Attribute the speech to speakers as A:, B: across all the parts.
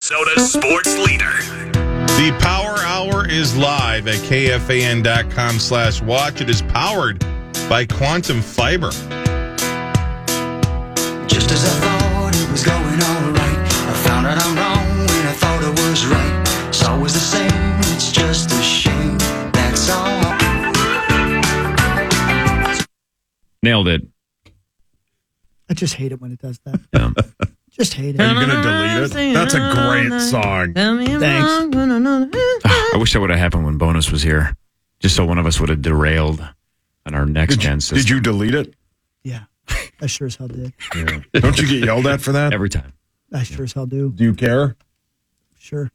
A: Soda sports leader.
B: The Power Hour is live at KFAN.com slash watch. It is powered by Quantum Fiber.
C: Just as I thought it was going alright, I found out I'm wrong when I thought I was right. It's always the same, it's just a shame. That's all.
D: Nailed it.
E: I just hate it when it does that.
D: Yeah.
E: Just hate
F: Are you
E: it.
F: going to delete it? That's a great song.
E: Thanks.
D: I wish that would have happened when Bonus was here, just so one of us would have derailed on our next
F: Did you,
D: gen
F: did
D: system
F: you delete it?
E: Yeah. I sure as hell did.
F: Don't you get yelled at for that?
D: every time.
E: I sure as hell do.
F: Do you care?
E: Sure.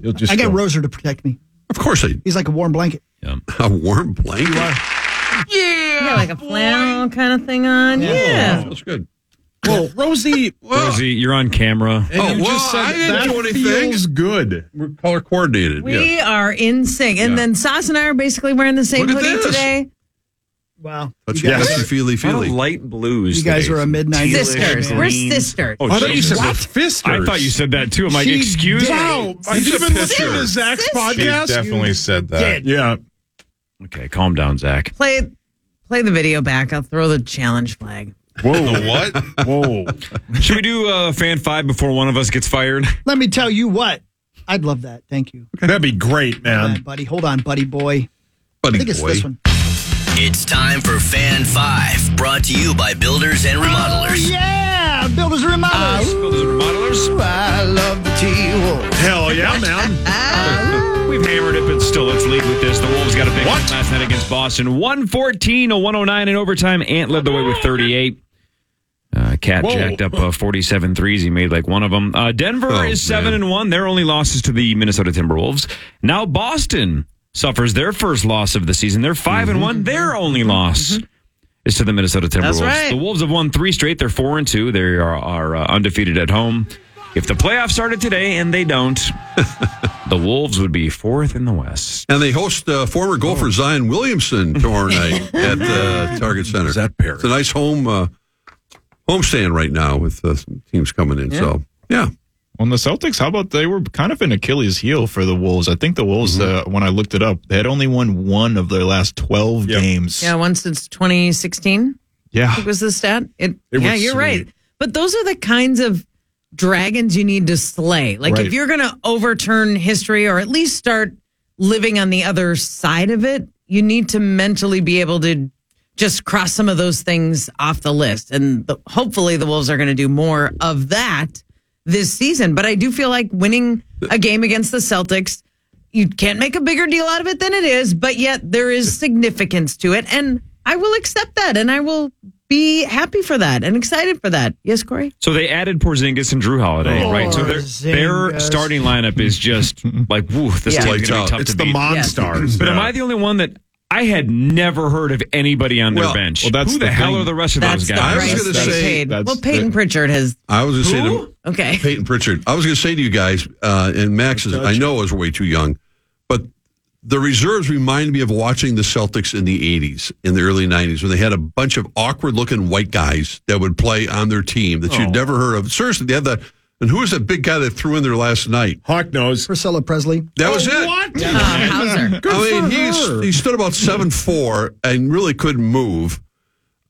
F: You'll just
E: I got
F: go,
E: Roser to protect me.
G: Of course, I,
E: He's like a warm blanket.
G: a warm blanket.
H: Yeah, like a flannel kind of thing on. Yeah.
G: That's good.
F: Well, Rosie. Well,
D: Rosie, you're on camera.
F: and
G: Oh,
F: you
G: well,
F: just said
G: I didn't
F: that
G: do anything.
F: feels good.
G: We're color coordinated.
H: We
G: yeah.
H: are in sync. And
G: Yeah.
H: then Sauce and I are basically wearing the same
G: Look at
H: hoodie
G: this.
H: today.
E: Wow.
G: That's
E: You guys-
G: yes. feely
D: A lot of
G: feely.
D: light blues.
E: You guys
D: today.
E: are a midnight
D: Teal
H: Sisters.
D: and
H: We're
D: greens.
H: sisters.
D: Oh,
F: I thought you
D: Jesus.
F: said we're fisters.
D: I thought you said that too. I'm like,
E: She
D: excuse
E: did.
F: Wow, I
D: She's
F: should
D: a
F: have been listening
D: pitcher.
F: to Zach's
B: She
F: podcast.
B: definitely said that.
F: Yeah.
D: me. Okay, calm down, Zach.
H: Play play the video back. I'll throw the challenge flag.
F: Whoa.
B: The what?
F: Whoa.
D: Should we do uh, fan five before one of us gets fired?
E: Let me tell you what. I'd love that. Thank you.
F: That'd be great,
E: All
F: man.
E: right, buddy. Hold on, buddy boy. I
G: Buddy
E: think it's
G: boy.
E: this one.
A: It's time for Fan 5, brought to you by Builders and
E: Oh,
A: Remodelers.
E: yeah. Builders and
F: Ah,
E: remodelers.
D: Builders and remodelers.
E: Ooh, I love the T-Wolves.
F: Hell yeah, man.
D: We've hammered it, but still, let's lead with this. The Wolves got a big one last night against Boston. 114 to 109 in overtime. Ant led the way with 38. Uh, Cat
F: Whoa.
D: jacked up uh, 47 threes. He made like one of them. Uh, Denver
G: Oh,
D: is 7
G: man.
D: and 1. Their only losses to the Minnesota Timberwolves. Now Boston suffers their first loss of the season. They're 5
F: Mm-hmm.
D: and 1. Their only loss is to the Minnesota Timberwolves.
H: That's right.
D: The Wolves have won three straight. They're 4 and 2. They are, are uh, undefeated at home. If the playoffs started today and they don't, the Wolves would be fourth in the West.
G: And they host uh, former golfer
F: Oh.
G: Zion Williamson tomorrow night at uh, Target Center.
F: Is that Perry?
G: It's a nice home uh, homestand right now with uh, some teams coming in. So, yeah.
I: On the Celtics, how about they were kind of an Achilles heel for the Wolves? I think the Wolves,
B: Mm-hmm.
I: uh, when I looked it up, they had only won one of their last 12
F: Yep.
I: games.
H: Yeah, once it's 2016
I: Yeah.
H: was the stat. It,
F: It
H: yeah,
F: was
H: you're
F: sweet.
H: right. But those are the kinds of dragons you need to slay. Like
I: Right.
H: if you're going to overturn history or at least start living on the other side of it, you need to mentally be able to just cross some of those things off the list. And the, hopefully the Wolves are going to do more of that this season. But I do feel like winning a game against the Celtics, you can't make a bigger deal out of it than it is, but yet there is significance to it. And I will accept that and I will be happy for that and excited for that. Yes, Corey?
D: So they added Porzingis and Drew Holiday, right? So their their
E: Porzingis.
D: starting lineup is just like, woo, this
H: Yeah.
D: team's going
G: Lights
D: to be
G: out.
D: tough
F: It's
D: to
F: the
D: beat.
F: Monstars.
D: but am I the only one that I had never heard of anybody on their
G: Well,
D: bench?
I: well, that's
D: Who the,
I: the
D: hell
I: thing.
D: are the rest of
H: That's
D: those
H: the
D: guys?
G: I
H: price
G: was gonna
H: they
G: say-
H: paid.
I: that's
H: Well,
I: the-
H: Peyton Pritchard has.
G: I was going to say to
H: Okay.
G: Peyton Pritchard, I was going to say to you guys, uh, and Max, is, I know is way too young, but the reserves remind me of watching the Celtics in the 80s, in the early 90s, when they had a bunch of awkward looking white guys that would play on their team that you'd never heard of. Seriously, they had that. And who was that big guy that threw in there last night?
F: Hawk knows.
E: Priscilla Presley.
G: That was it.
H: Uh, Hauser.
G: I mean, he's, he stood about seven four and really couldn't move.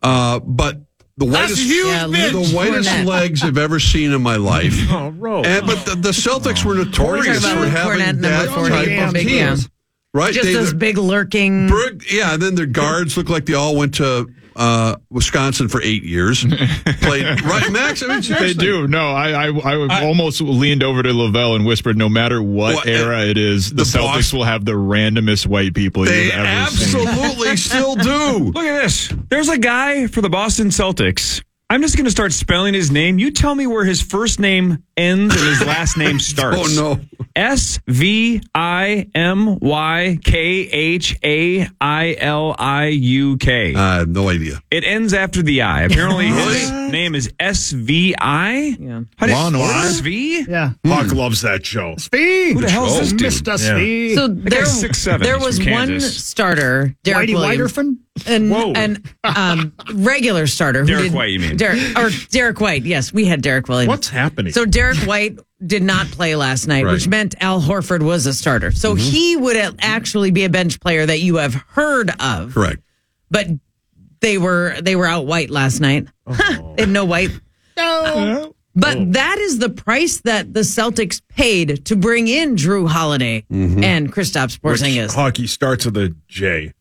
G: Uh, but the whitest,
H: Yeah, bitch.
G: the whitest
H: Cornette.
G: legs I've ever seen in my life.
F: Oh, Rose.
G: And, Eh, but the, the Celtics were notorious
H: about
G: for
H: Luke Cornette,
G: having
H: number
G: that
H: 40,
G: type of
H: big, yeah.
G: team, right?
H: Just
G: They-
H: those big lurking.
G: Berg- yeah, and then their guards look like they all went to uh, Wisconsin for eight years. Played right, Max. I mean,
I: They
G: seriously.
I: do. No, I, I, I, almost leaned over to Lavelle and whispered, no matter what
G: What, uh,
I: era it is, the,
G: the
I: Celtics
G: Boston-
I: will have the randomest white people
G: They
I: you've ever seen.
G: absolutely still do.
D: Look at this. There's a guy for the Boston Celtics. I'm just going to start spelling his name. You tell me where his first name ends and his last name starts.
G: Oh,
D: no. S V I M Y K H A I L I U K.
G: I have no idea.
D: It ends after the I. Apparently, his name is S V I. Yeah.
F: Law and Order?
D: SV?
E: Yeah.
F: Hawk loves that show.
E: Steve.
D: Who the hell is this
E: Mr.
D: dude?
F: Yeah.
E: Steve.
H: So
D: That
H: there,
D: guy's 6'7",
H: there
D: he's
H: was
D: from
H: one
D: Kansas.
H: starter, Derek
E: Whitey
H: Williams,
E: Weiderfin?
H: an,
F: Whoa.
H: an um, regular starter. who
D: Derek White, you mean.
H: Derek, or Derek White, yes. We had Derek Williams.
F: What's happening?
H: So Derek White did not play last night,
G: Right. Mm-hmm.
H: which meant Al Horford was a starter. So he would a- actually be a bench player that you have heard of,
G: Correct.
H: but they were they were out White last night.
G: Oh.
H: they had no White.
F: No.
H: But that is the price that the Celtics paid to bring in Drew Holiday
G: Mm-hmm.
H: and Kristaps Porzingis.
F: Hockey starts with a J.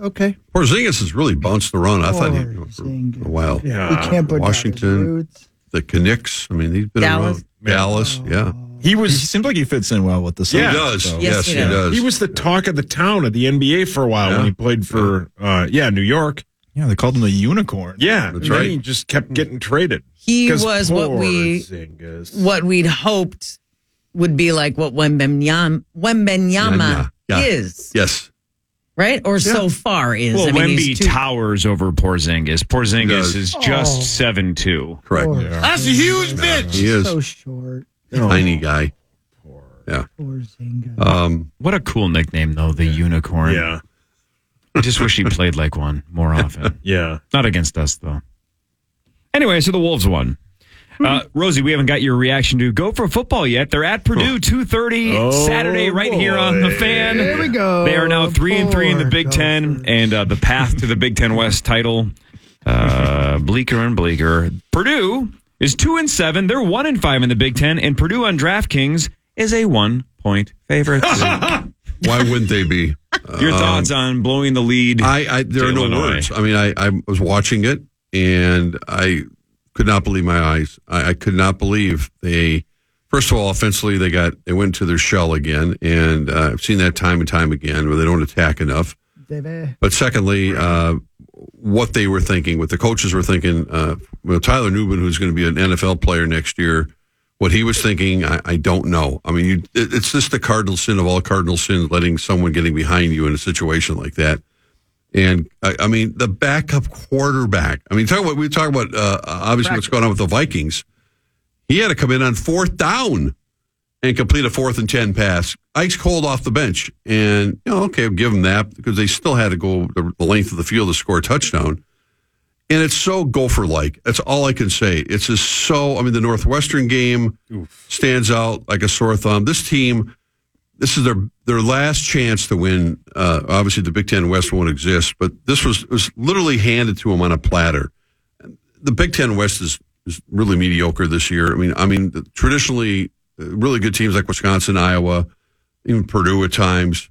E: Okay.
G: Porzingis has really bounced the run. I thought he for a while.
E: We
F: Yeah.
E: can't put down his
G: Uh, Washington.
E: roots.
G: The Knicks. I mean, he's been
H: Dallas.
G: around. Dallas. Yeah.
I: He was. He seemed like he fits in well with the Celtics.
F: Yeah.
G: He does.
I: so-
G: Yes, he, does.
F: He was the talk of the town at the NBA for a while
G: Yeah.
F: when he played for, uh, yeah, New York.
I: Yeah, they called him the unicorn.
F: Yeah,
G: That's
F: and then
G: right. Hmm.
F: He just kept getting traded.
H: He
F: 'Cause
H: was what we-
F: Porzingis.
H: what we'd hoped would be like what Wembenyama, Wembenyama
G: Yeah, yeah.
H: is,
G: Yes.
H: right? Or so far is.
D: Well,
H: I mean,
D: Wemby
H: he's too-
D: towers over Porzingis. Porzingis
G: does.
D: is just seven two.
G: Correct.
F: That's a huge bitch.
G: He is
E: So short.
G: tiny guy.
E: Poor Zinga.
G: Um,
D: What a cool nickname, though, the unicorn.
F: Yeah,
D: I just wish he played like one more often.
F: yeah.
D: Not against us, though. Anyway, so the Wolves won.
G: Hmm.
D: Uh, Rosie, we haven't got your reaction to go for football yet. They're at Purdue, two thirty
F: Oh,
D: Saturday, right here on the
F: boy.
D: fan.
E: Here we go.
D: They are now three and three in the
E: Poor
D: Big Ten,
E: Gophers.
D: and uh, the path to the Big Ten West title uh, bleaker and bleaker. Purdue is two and seven. They're one and five in the Big Ten, and Purdue on DraftKings is a one point favorite.
G: why wouldn't they be?
D: your thoughts on blowing the lead?
G: Um, I, I there
D: to
G: are no
D: Illinois.
G: words. I mean, I, I was watching it and I could not believe my eyes. I, I could not believe they. First of all, offensively, they got they went to their shell again, and uh, I've seen that time and time again where they don't attack enough.
E: Dave.
G: But secondly, uh, what they were thinking, what the coaches were thinking. Uh, well, Tyler Newman, who's going to be an NFL player next year, what he was thinking, I, I don't know. I mean, you, it, it's just the cardinal sin of all cardinal sins, letting someone getting behind you in a situation like that. And I, I mean, the backup quarterback. I mean, talk about we talk about uh, obviously what's going on with the Vikings. He had to come in on fourth down and complete a fourth and ten pass. Ike's cold off the bench, and you know, okay, I'll give him that because they still had to go the the length of the field to score a touchdown. And it's so Gopher like. That's all I can say. It's just so. I mean, the Northwestern game stands out like a sore thumb. This team, this is their their last chance to win. Uh, obviously, the Big Ten West won't exist, but this was was literally handed to them on a platter the Big Ten West is, is really mediocre this year. I mean, I mean, traditionally, uh, really good teams like Wisconsin, Iowa, even Purdue at times.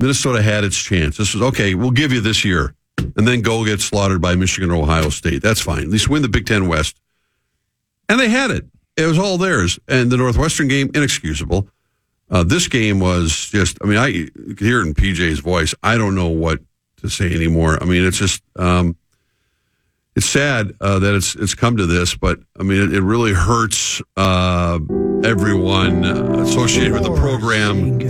G: Minnesota had its chance. This was okay. We'll give you this year, and then go get slaughtered by Michigan or Ohio State. That's fine. At least win the Big Ten West, and they had it. It was all theirs. And the Northwestern game, inexcusable. Uh, this game was just. I mean, I you could hear it in PJ's voice. I don't know what to say anymore. I mean, it's just. Um, it's sad uh, that it's it's come to this, but I mean, it, it really hurts uh, everyone uh, associated with the program.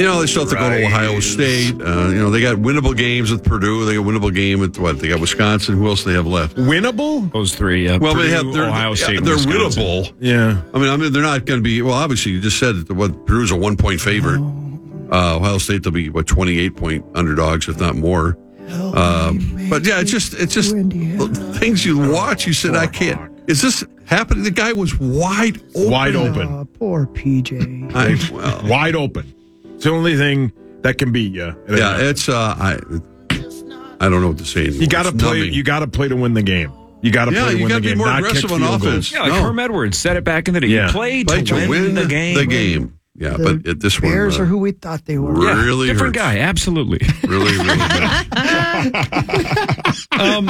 G: You know, they still have to go to Ohio State. Uh, you know, they got winnable games with Purdue. They got a winnable game with what? They got Wisconsin. Who else do they have left?
F: Winnable?
D: Those three. Uh,
G: Well,
D: Purdue,
G: they have they're,
D: Ohio State. and
G: They're
D: Wisconsin.
G: winnable.
F: Yeah.
G: I mean, I mean, they're not going to be. Well, obviously, you just said that what Purdue's a one point favorite. Uh, Ohio State they'll be what twenty eight point underdogs, if not more. Um, but yeah, it's just it's just things you watch. You said I can't. Is this happening? The guy was wide open.
F: Wide open.
E: Aw, Uh, poor PJ.
G: I, well,
F: Wide open. It's the only thing that can beat you.
G: yeah, it's uh, I I don't know what to say. Anymore.
F: you got to
G: It's
F: play.
G: numbing.
F: You got to play to win the game. You got to
G: Yeah,
F: play to
G: you
F: win
G: got to
F: the
G: be
F: game.
G: more
F: not
G: aggressive
F: kick
G: on
F: field goals.
G: offense.
D: Yeah, like
G: No.
D: Herm Edwards said it back in the day.
F: Yeah.
D: You play,
G: Play to win
D: the game.
G: The game. Yeah, but it, this one
E: Bears
G: uh,
E: are who we thought they were.
D: Yeah,
G: really
D: different
G: hurts.
D: guy, absolutely.
G: Really, really. bad.
D: Um,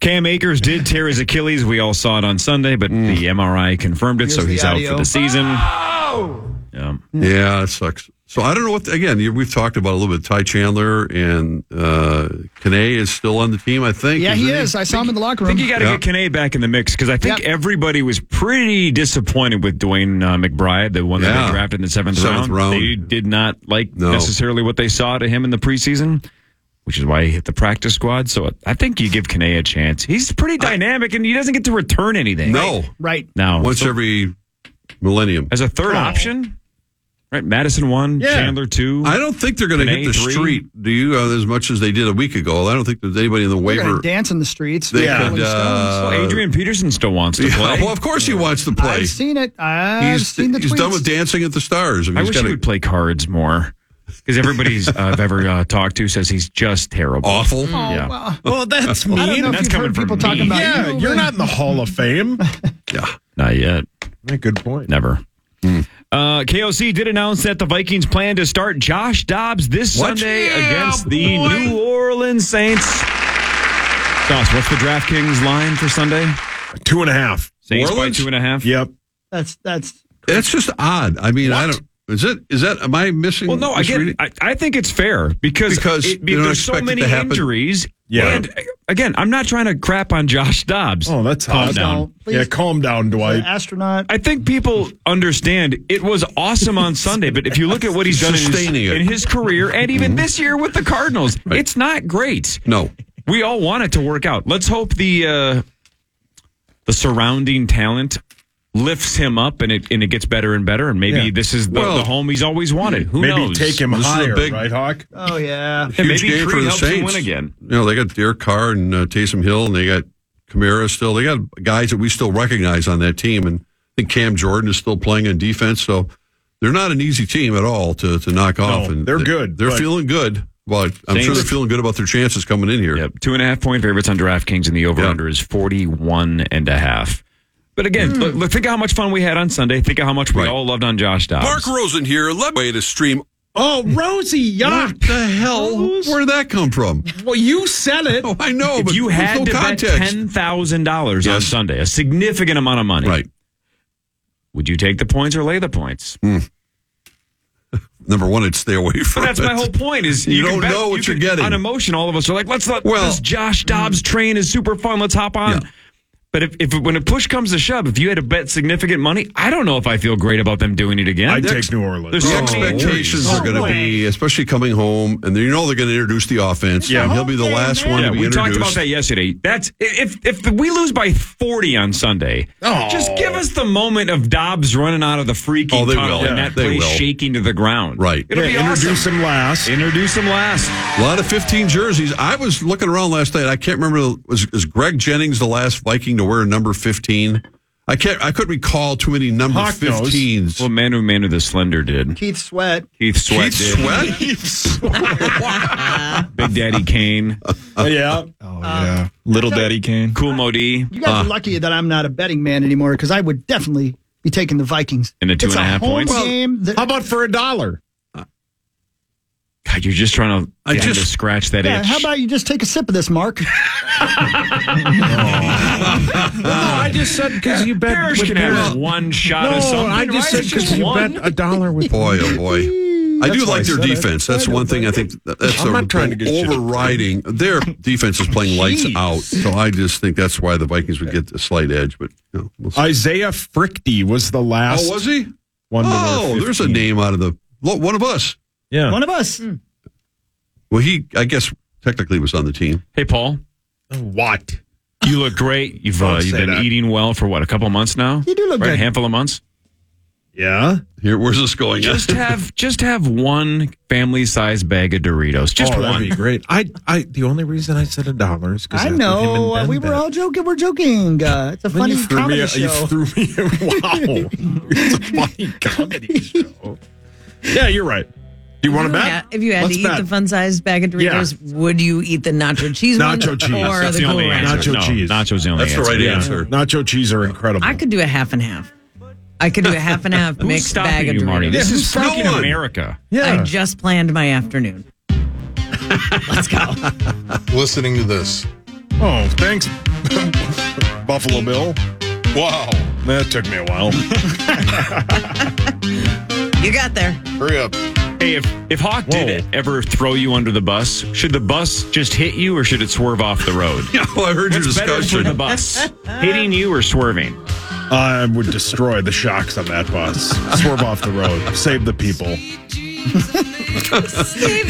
D: Cam Akers did tear his Achilles. We all saw it on Sunday, but the MRI confirmed it, so
E: Here's
D: he's
E: the
D: out
E: audio.
D: for the season. Yeah.
G: Yeah, it sucks. So I don't know what. Again, you- we've talked about it a little bit. Ty Chandler and uh, Kane is still on the team, I think.
J: yeah,
G: isn't
J: he is. I saw him in the locker
D: I
J: room.
D: think you got to
G: Yeah.
D: get Kane back in the mix because I think everybody was pretty disappointed with Dwayne uh, McBride, the one that
G: Yeah.
D: they drafted in the seventh,
G: Seventh round.
D: They did not like
G: No.
D: necessarily what they saw to him in the preseason, which is why he hit the practice squad. So I think you give Kane a chance. He's pretty dynamic and he doesn't get to return anything.
G: No.
J: Right.
D: Now,
G: Once every millennium.
D: As a third option, right? Madison one, Chandler two.
G: I don't think they're going to
D: Kane
G: hit the
D: three.
G: street, do you, uh, as much as they did a week ago? I don't think there's anybody in the
J: They're gonna
G: waiver.
J: dance in the streets.
G: They
J: with
G: could,
J: Rolling Stones.
G: uh,
D: Adrian Peterson still wants to
G: Yeah,
D: play.
G: well, of course he wants to play.
J: I've seen it. I've
G: he's
J: seen the
G: he's
J: tweets.
G: done with Dancing at the Stars. I, mean,
D: I
G: he's
D: wish
G: gotta-
D: he would play cards more because everybody's uh, I've ever uh, talked to says he's just terrible,
G: awful.
J: Oh,
D: yeah.
J: well,
F: Well, that's mean.
J: I don't know if
D: That's
J: you've
D: coming
J: heard
D: from
J: people
D: me.
J: talking about
F: yeah,
J: you,
F: you're
J: but-
F: not in the Hall of Fame.
D: Not yet.
F: Yeah, good point.
D: Never.
G: Hmm.
D: Uh, KOC did announce that the Vikings plan to start Josh Dobbs this
G: What?
D: Sunday
G: Yeah,
D: against the
G: boy.
D: New Orleans Saints. Sauce, what's the DraftKings line for Sunday?
F: Two and a half.
D: Saints
G: Orleans?
D: by two and a half.
F: Yep.
J: That's that's
G: That's just odd. I mean, I
F: What?
G: don't. Is it? Is that? Am I missing?
D: Well, no, I get.
G: misreading?
D: I, I think it's fair because
G: Because
D: it-
G: they don't
D: there's so
G: expect it
D: many
G: to happen.
D: injuries.
F: Yeah.
D: and uh, again, I'm not trying to crap on Josh Dobbs.
F: Oh, that's
D: Calm
F: odd.
D: down.
J: No, please.
F: Yeah, calm down, Dwight.
J: an astronaut.
D: I think people understand it was awesome on Sunday, but if you look at what he's done in his,
G: Sustaining it. Mm-hmm.
D: in his career and even this year with the Cardinals, it's not great.
G: No.
D: We all want it to work out. Let's hope the uh, the surrounding talent lifts him up and it and it gets better and better, and maybe
F: Yeah.
D: this is the,
G: Well,
D: the home he's always wanted. Who
F: Maybe
D: knows?
F: take him
G: This is a
F: higher,
G: big-
F: right, Hawk?
J: Oh yeah.
D: And
G: Huge
D: maybe
G: game for
D: Creed
G: the
D: helps him
G: Saints.
D: win again.
G: You know, they got Derek Carr and uh, Taysom Hill, and they got Kamara still. They got guys that we still recognize on that team, and I think Cam Jordan is still playing on defense. So they're not an easy team at all to, to knock off. And
F: they're good,
G: They're
F: but-
G: feeling good. Well, I'm sure
D: Saints-
G: they're feeling good about their chances coming in here.
D: Yep. Two and a half point favorites on DraftKings, and the over
G: Yeah.
D: under is 41 and a half. But again, look, look, think of how much fun we had on Sunday. Think of how much we
G: Hmm. Right.
D: all loved on Josh Dobbs.
G: Mark Rosen here. Let way to stream.
J: Oh, Rosie,
G: What the hell? Where did that come from?
J: Well, you said it.
G: Oh, I know,
D: if
G: but
D: you
G: there's
D: had
G: no
D: to
G: context.
D: bet ten thousand dollars on
G: Yes.
D: Sunday, a significant amount of money,
G: right.
D: Would you take the points or lay the points?
G: Hmm. Number one, I'd stay away from
D: But that's
G: it.
D: my whole point. Is
G: You
D: can
G: don't
D: bet-
G: know what you're
D: can-
G: getting.
D: On emotion, all of us are like, let's let
G: Well- Hmm.
D: this Josh Dobbs train is super fun. Let's hop on.
G: Yeah.
D: But if, if when a push comes to shove, if you had to bet significant money, I don't know if I feel great about them doing it again.
F: I'd take New
D: There's
F: Orleans.
G: The
D: so Oh, many
G: expectations
D: injuries.
G: are going to be, especially coming home, and you know they're going to introduce the offense.
F: Yeah.
G: and he'll be the last one
D: Yeah,
G: to be
D: we
G: introduced.
D: talked about that yesterday. That's if if we lose by forty on Sunday,
F: Oh.
D: just give us the moment of Dobbs running out of the freaking
G: Oh, they
D: tunnel
G: will.
D: and
G: Yeah.
D: that
G: They
D: place
G: will.
D: shaking to the ground.
G: Right.
D: it'll
F: Yeah,
D: be
F: introduce
D: awesome.
F: him last.
D: Introduce him last.
G: A lot of 15 jerseys. I was looking around last night. I can't remember. Was, is Greg Jennings the last Viking to wear number 15? I can't. I couldn't recall too many number
F: Hawk knows.
G: 15s.
D: Well, Manu Manu the Slender did.
J: Keith Sweat.
D: Keith Sweat
G: Keith
D: did.
G: Sweat.
D: Big Daddy Kane.
F: Oh, yeah.
I: Oh, yeah. Little Daddy Kane.
D: Cool Modi. Uh,
J: You guys are lucky that I'm not a betting man anymore because I would definitely be taking the Vikings.
D: And the two
J: it's
D: and a half
J: home
D: points? Well,
J: game. that-
F: How about for a dollar?
D: God, you're just trying to,
G: I
D: I just,
G: just-
D: scratch that
J: yeah,
D: itch.
J: how about you just take a sip of this, Mark?
F: I just said because you bet.
D: Parrish can have one shot of something. right? It's one.
F: a dollar with.
G: boy, oh boy. I do
F: why I
G: like their
F: said it.
G: defense. That's one thing I think. That's
F: I'm
G: a
F: not trying to get shit.
G: overriding. Their defense is playing lights
F: Jeez.
G: out, so I just think that's why the Vikings would get a slight edge. But you know, we'll see.
F: Isaiah Frickty was the last
G: oh, was he?
F: one to wear
G: Oh, there's a
F: 15.
G: name out of the look, one of us.
F: Yeah.
J: One of us.
G: Well, he, I guess, technically was on the team.
D: Hey, Paul,
F: What?
D: you look great. You've uh,
F: Don't
D: you've
F: say
D: been
F: that.
D: eating well for what a couple months now.
J: You do look
D: right, a
J: good.
D: handful of months.
F: Yeah.
G: Here, where's this going?
D: just have just have one family size bag of Doritos. Just
F: Oh,
D: one.
F: that'd be great. I, I, the only reason I said a dollar is because
J: I know. uh, we were all joking. We're joking. Uh, it's a funny
F: you threw
J: comedy
F: me. a-
J: show.
F: You threw me. a- Wow, it's a funny comedy show. Yeah, you're right. Do you want to
H: If you
F: bet?
H: had- If you had
F: Let's
H: to
F: bet.
H: eat the fun-sized bag of
F: Yeah.
H: Doritos, would you eat the nacho cheese
F: Nacho
H: one
F: cheese.
H: or
F: That's
H: the, cool ranch?
F: answer. Nacho
D: No,
F: cheese.
D: Nacho's the only
G: That's the
D: answer.
G: right
F: Yeah.
G: answer.
F: Nacho cheese are incredible.
H: I could do a half and half. I could do a half and half
D: Who's
H: mixed
D: stopping
H: bag of
D: you, Marty?
H: Doritos.
D: This
G: Yeah,
D: is
G: no
D: freaking
G: one.
D: America.
H: I just planned my afternoon.
K: listening to this.
F: Oh, thanks, Buffalo Bill. Wow, that took me a while.
L: You got there.
M: Hurry up.
D: Hey, if, if Hawk did it ever throw you under the bus, should the bus just hit you or should it swerve off the road?
G: oh, I heard your
D: What's better for
G: discussion.
D: the bus? hitting you or swerving?
F: I would destroy the shocks on that bus. Swerve off the road. Save the people.
L: Save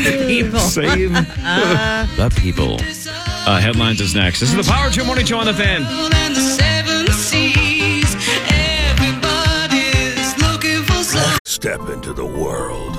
L: the people.
D: Save the people. Uh, headlines is next. This is the Power 2 Morning Show on the Fan.
H: and the seven seas. Everybody's looking for some.
N: Step into the world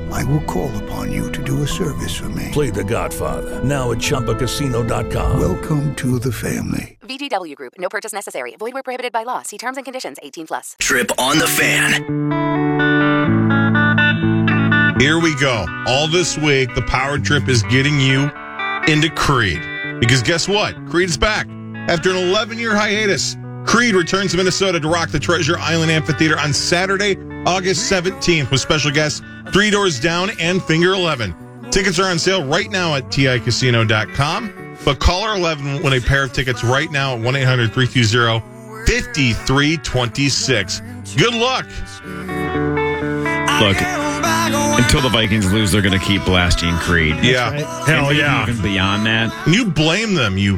J: I will call upon you to do a service for me.
N: Play The Godfather now at ChumbaCasino.com.
J: Welcome to the family.
O: VGW Group. No purchase necessary. Void where prohibited by law. See terms and conditions. 18 plus.
P: Trip on the fan.
Q: Here we go. All this week, the power trip is getting you into Creed. Because guess what? Creed's back. After an 11 year hiatus, Creed returns to Minnesota to rock the Treasure Island Amphitheater on Saturday, August 17th, with special guests Three Doors Down and Finger 11. Tickets are on sale right now at ticasino.com. But call our 11 when a pair of tickets right now at 1 800 320 5326. Good luck.
D: Look, until the Vikings lose, they're going to keep blasting Creed.
Q: Yeah. Hell
D: And maybe
Q: yeah.
D: Even beyond that.
Q: You blame them, you.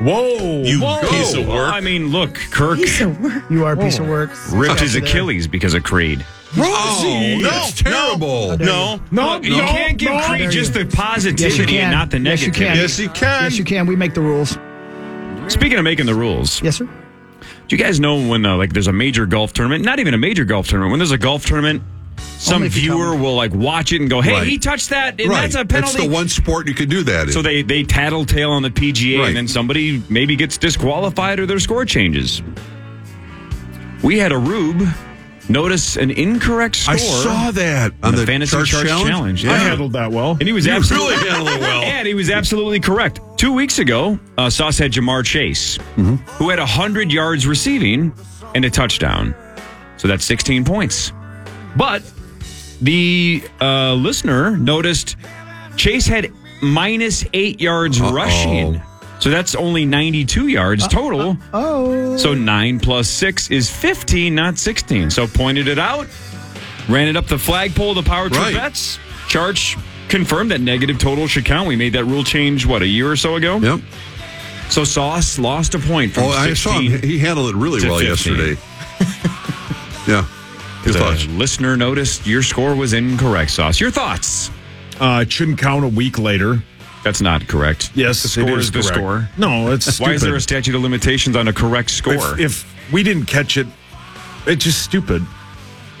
Q: Whoa. You piece of work.
D: I mean, look, Kirk
R: You are a piece of work.
D: ripped his Achilles because of Creed.
G: Oh,
Q: no,
G: that's terrible.
Q: No,
R: No,
D: you
R: no,
D: can't give
R: no.
D: Creed
R: Dare
D: just the
R: you.
D: positivity
R: Yes, you can.
D: and not the
R: Yes, you
D: negativity.
R: can. Yes, you
Q: can.
R: Yes, you can. We make the rules.
D: Speaking of making the rules,
R: yes, sir.
D: Do you guys know when uh, like there's a major golf tournament? Not even a major golf tournament. When there's a golf tournament, some viewer will like watch it and go, "Hey,
G: Right.
D: he touched that, and
G: Right.
D: that's a penalty."
G: the one sport you could do that in.
D: so they they tattletale on the PGA,
G: Right.
D: and then somebody maybe gets disqualified or their score changes. We had a rube notice an incorrect score.
G: I saw that
D: on the, fantasy
G: Charts
D: Charts
G: Challenge?
D: challenge.
G: I
D: yeah.
G: handled
F: that well.
D: And he was
G: You
D: absolutely
G: really handled it well.
D: And he was absolutely correct. Two weeks ago, uh, Sauce had Jamar Chase,
G: Mm-hmm.
D: who had hundred yards receiving and a touchdown. So that's sixteen points. But the uh, listener noticed Chase had minus eight yards rushing. So that's only 92 yards total.
R: Oh.
D: So 9 plus 6 is 15, not 16. So pointed it out, ran it up the flagpole, the power trip
G: Right.
D: bets. Charge confirmed that negative total should count. We made that rule change, what, a year or so ago?
G: Yep.
D: So Sauce lost a point from
G: Oh, I saw
D: 16
G: him. He handled it really
D: to
G: well
D: 15.
G: yesterday. yeah. Your
D: The
G: thoughts?
D: listener noticed your score was incorrect, Sauce. Your thoughts?
F: Uh, it shouldn't count a week later.
D: That's not correct.
F: Yes,
D: The score
F: it
D: is the
F: correct.
D: score.
F: No, it's
D: Why is
F: stupid.
D: there a statute of limitations on a correct score?
F: If, if we didn't catch it, it's just stupid.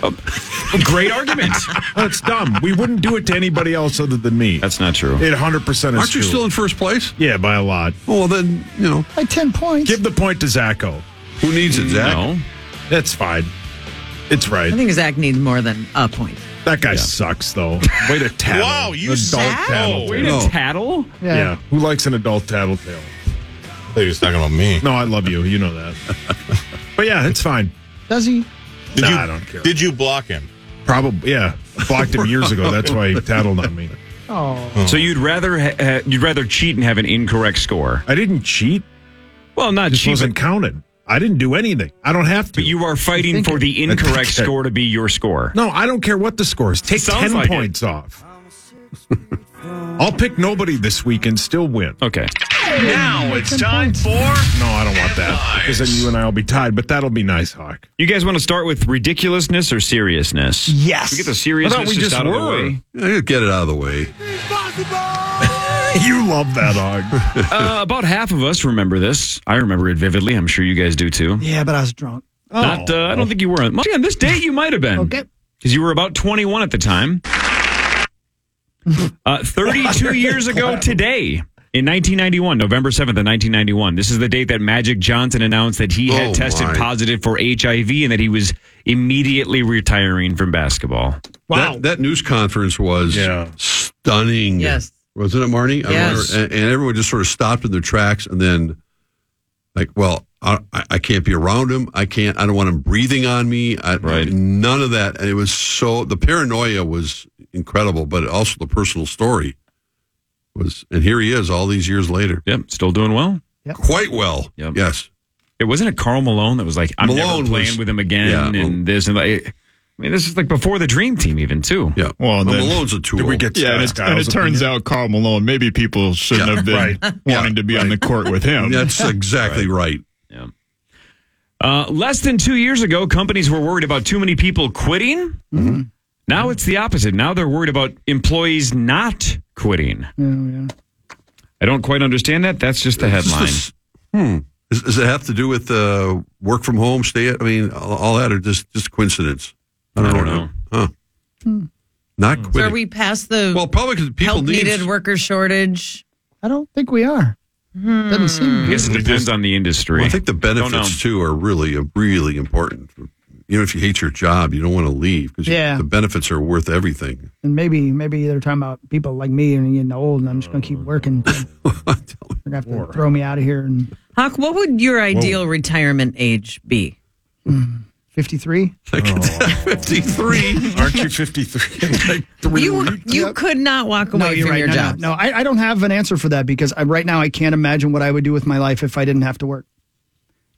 D: Great argument.
F: That's dumb. We wouldn't do it to anybody else other than me.
D: That's not true.
F: It 100% is
G: Aren't you
F: true.
G: still in first place?
F: Yeah, by a lot.
G: Well, then, you know,
R: By 10 points.
F: Give the point to Zacho.
G: who needs it, Zach?
D: Mm, No.
F: That's fine. It's right.
L: I think Zach needs more than a point.
F: That guy sucks, though. Way to tattle.
Q: Wow, you
F: Adult
Q: suck.
F: Oh, tattle.
D: Way
F: No.
D: to tattle?
F: Yeah. Who likes an adult tattletale?
M: I thought he was talking about me.
F: No, I love you. You know that. but yeah, it's fine.
R: Does he?
M: Did
F: Nah,
M: you,
F: I don't care.
M: Did you block him?
F: Probably, yeah. Blocked him years ago. That's why he tattled on me.
R: Oh.
D: So you'd rather ha- ha- you'd rather cheat and have an incorrect score.
F: I didn't cheat.
D: Well, not
F: This
D: cheat,
F: wasn't
D: but,
F: counted. I didn't do anything. I don't have to.
D: but you are fighting for the
F: I think
D: incorrect
F: I-
D: score to be your score.
F: No, I don't care what the score is. Take
D: Sounds
F: ten
D: like it.
F: points off. I'll pick nobody this week and still win.
D: Okay.
R: Now it's time for.
F: No, I don't want that because then you and I will be tied. But that'll be nice, Hawk.
D: You guys want to start with ridiculousness or seriousness?
R: Yes.
D: We get the seriousness
F: I thought we
D: just
F: just
D: out of the
F: were.
D: way.
G: Yeah, Get it out of the way.
F: You love that, Hawk.
D: Uh, about half of us remember this. I remember it vividly. I'm sure you guys do too.
R: Yeah, but I was drunk.
J: Oh,
D: Not, uh, I don't think you were. Well, on this date, you might have been.
R: Okay.
D: Because you were about 21 at the time. Uh, 32 years ago today, in 1991, November 7th of 1991, this is the date that Magic Johnson announced that he had
G: Oh,
D: tested
G: my.
D: positive for HIV and that he was immediately retiring from basketball.
G: That, that news conference was
F: Yeah.
G: stunning.
L: Yes.
G: Wasn't it, Marnie? I
L: Yes.
G: remember- and, and everyone just sort of stopped in their tracks and then Like, well, I, I I can't be around him. I can't. I don't want him breathing on me. I, right. None of that. And it was so the paranoia was incredible, but also the personal story was. And here he is, all these years later.
D: Yep, still doing well.
G: Quite well. Yes.
D: It wasn't it Carl Malone that was like, I'm
G: Malone
D: never playing
G: was-
D: with him again,
G: yeah,
D: and
G: Malone-
D: this and like. I mean, this is like before the dream team, even too.
G: Yeah.
I: Well, and then-
G: Did we get
I: yeah, and,
G: Scott
I: it, and it
G: Stiles'
I: turns out Carl Malone. Maybe people shouldn't
G: Yeah,
I: have been
G: right.
I: wanting to be on the court with him.
G: That's exactly right.
D: Uh, less than two years ago, companies were worried about too many people quitting.
G: Mm-hmm.
D: Now it's the opposite. Now they're worried about employees not quitting.
E: Oh, yeah.
D: I don't quite understand that. That's just the
G: It's
D: headline.
G: just- hmm. Does, does it have to do with uh, work from home, stay at? I mean, all, all that, or just just coincidence? I don't, know. Huh?
H: Hmm.
G: Not
H: So
G: quitting.
H: are we past the well?
G: Probably because people
H: help
G: need.
H: needed worker shortage.
J: I don't think we are. Doesn't seem.
D: I guess it depends on the industry.
G: Well, I think the benefits too are really really important. You know, if you hate your job, you don't want to leave because
J: Yeah.
G: the benefits are worth everything.
J: And maybe maybe they're talking about people like me and getting old, and I'm just going to keep working.
R: Uh,
J: They're going to have to throw me out of here in
H: Hawk, what would your ideal retirement age be?
J: 53.
G: Fifty three.
K: Aren't you fifty three?
H: You you could not walk away
J: No, you're
H: from
J: right.
H: your
J: no, no,
H: job.
J: No, I, I don't have an answer for that because I, right now I can't imagine what I would do with my life if I didn't have to work.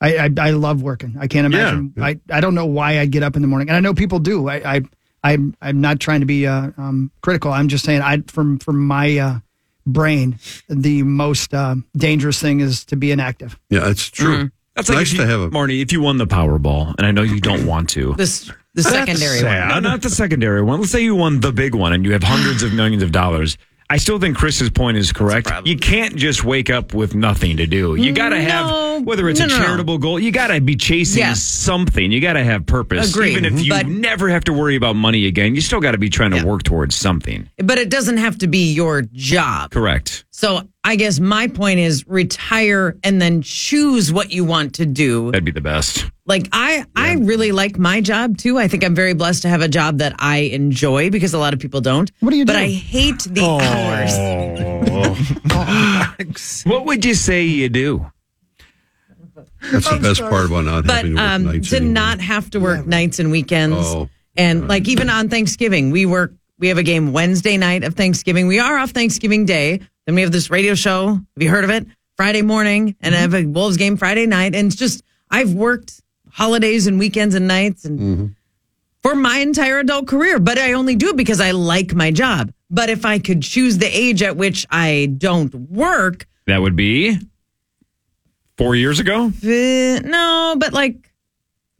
J: I I, I love working. I can't imagine. I, I don't know why I'd get up in the morning, and I know people do. I I I'm, I'm not trying to be uh, um, critical. I'm just saying I from from my uh, brain, the most uh, dangerous thing is to be inactive.
G: Yeah, that's true.
H: Mm.
D: That's like
G: Nice
D: if you,
G: to have a-
D: Marnie. If you won the Powerball, and I know you don't want to,
H: This the secondary
D: sad.
H: one.
D: No, not the secondary one. Let's say you won the big one, and you have hundreds of millions of dollars. I still think Chris's point is correct. You can't just wake up with nothing to do. You got to
H: No,
D: have whether it's
H: no,
D: a
H: no, no.
D: charitable goal. You got to be chasing
H: Yeah.
D: something. You got to have purpose.
H: Agreed, Mm-hmm.
D: Even if you
H: but-
D: never have to worry about money again, you still got to be trying to work towards something.
H: But it doesn't have to be your job.
D: Correct.
H: So I guess my point is retire and then choose what you want to do.
D: That'd be the best.
H: Like I I really like my job too. I think I'm very blessed to have a job that I enjoy because a lot of people don't. What do you But
D: do?
H: I hate the hours.
D: what would you say you do?
G: That's the best part about not
H: But
G: having to work
H: um
G: nights.
H: to not have to work nights and weekends.
G: Oh.
H: and like even on Thanksgiving, we work we have a game Wednesday night of Thanksgiving. We are off Thanksgiving Day. Then we have this radio show. Have you heard of it? Friday morning and I have a Wolves game Friday night. And it's just I've worked holidays and weekends and nights and
G: Mm-hmm.
H: for my entire adult career, but I only do it because I like my job. But if I could choose the age at which I don't work,
D: That would be four years ago.
H: fi- no, but like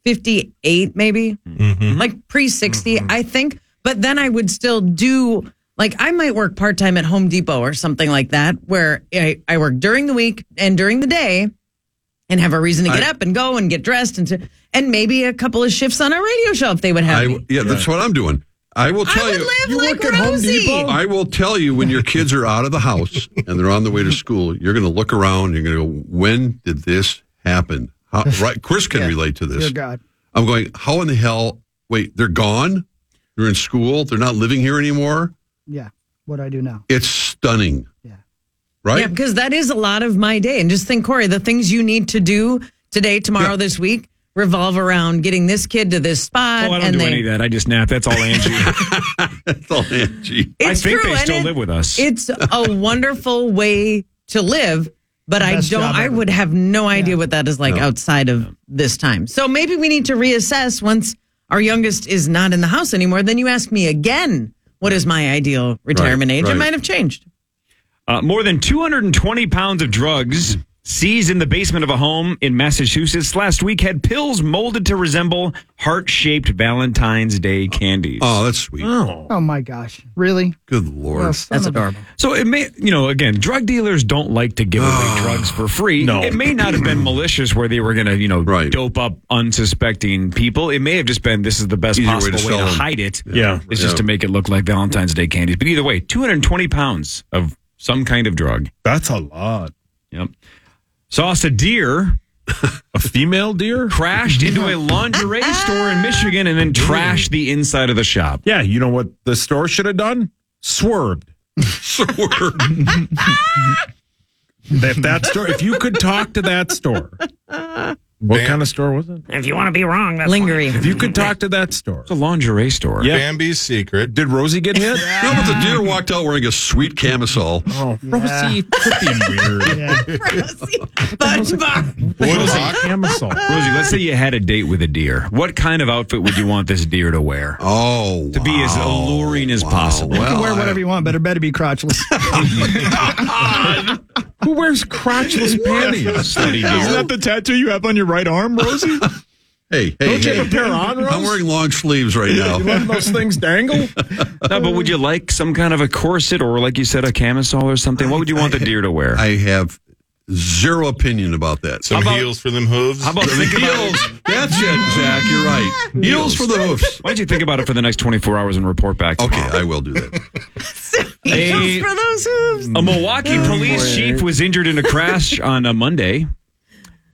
H: 58 maybe,
G: Mm-hmm.
H: like pre 60, I think. But then I would still do, like, I might work part time at Home Depot or something like that, where I, I work during the week and during the day and have a reason to get
G: I-
H: up and go and get dressed and to, and maybe a couple of shifts on a radio show if they would have
G: I,
H: me.
G: yeah, that's what I'm doing. I will tell you.
H: you like work at
G: I will tell you when your kids are out of the house and they're on the way to school, you're going to look around. You're going to go, when did this happen? How, right, Chris can relate to this.
J: Dear God.
G: I'm going, how in the hell? Wait, they're gone. They're in school. They're not living here anymore.
J: Yeah, what do I do now.
G: It's stunning. Yeah.
H: Yeah,
G: Right.
H: because that is a lot of my day. And just think, Corey, the things you need to do today, tomorrow, this week revolve around getting this kid to this spot.
D: Oh, I don't
H: and
D: do
H: they,
D: any of that. I just nap. That's all Angie.
G: That's all Angie.
D: I
H: It's
D: think
H: true,
D: they
H: and
D: still
H: it-
D: live with us.
H: It's a wonderful way to live, but I
D: Best
H: don't.
D: job
H: I
D: ever.
H: would have no idea what that is like outside of this time. So maybe we need to reassess once our youngest is not in the house anymore. Then you ask me again, what is my ideal retirement age? It
D: right.
H: might have changed.
D: Uh, more than 220 pounds of drugs seized in the basement of a home in Massachusetts last week had pills molded to resemble heart shaped Valentine's Day candies.
G: Oh, that's sweet.
J: Oh, my gosh, really?
G: Good lord,
J: Well, son of a-
D: So it may, you know, again, drug dealers don't like to give away drugs for free.
K: No.
D: It may not have been malicious where they were going to, you know, dope up unsuspecting people. It may have just been this is the best
K: Easier way to
D: possible way to,
K: sell 'em.
D: hide it.
K: Yeah.
D: It's just
K: Yeah.
D: to make it look like Valentine's Day candies. But either way, 220 pounds of some kind of drug.
I: That's a lot.
D: Yep. Sauce a deer.
I: A female deer
D: crashed into a lingerie store in Michigan and then trashed the inside of the shop.
F: Yeah, you know what the store should have done? Swerved.
G: Swerved.
F: If that store, if you could talk to that store, what kind of store was it?
Q: If you want to be wrong, that's
H: Lingering.
F: If you could talk to that store, it's a lingerie store. Yeah.
B: Bambi's secret.
F: Did Rosie get hit?
G: No, but the deer walked out wearing a sweet camisole.
F: Oh, Rosie, weird.
D: Rosie, let's say you had a date with a deer. What kind of outfit would you want this deer to wear?
G: Oh,
D: to be as alluring as possible.
J: you can wear whatever you want, but it better be crotchless.
F: Who wears crotchless panties?
D: Slutty deer.
F: Isn't that the tattoo you have on your right arm, Rosie?
G: Hey, hey,
F: Don't you
G: hey.
F: have a pair on, Rose?
G: I'm wearing long sleeves right now.
F: you letting those things dangle?
D: No, but would you like some kind of a corset or, like you said, a camisole or something? What would you want the deer to wear?
G: I have zero opinion about that.
D: Some How about- heels
G: for them hooves. How about
D: Some
G: heels? That's it, Zach. You're right. Heels, for the hoofs.
D: Why don't you think about it for the next 24 hours and report back?
G: Okay, I will do that.
D: A,
H: for those hooves.
D: a Milwaukee police chief was injured in a crash on a Monday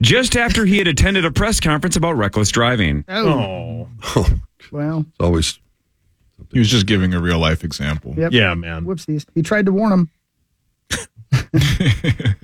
D: just after he had attended a press conference about reckless driving.
J: Oh. Well,
G: It's always.
I: He was just giving a real life example.
J: yep. Whoopsies. He tried to warn him.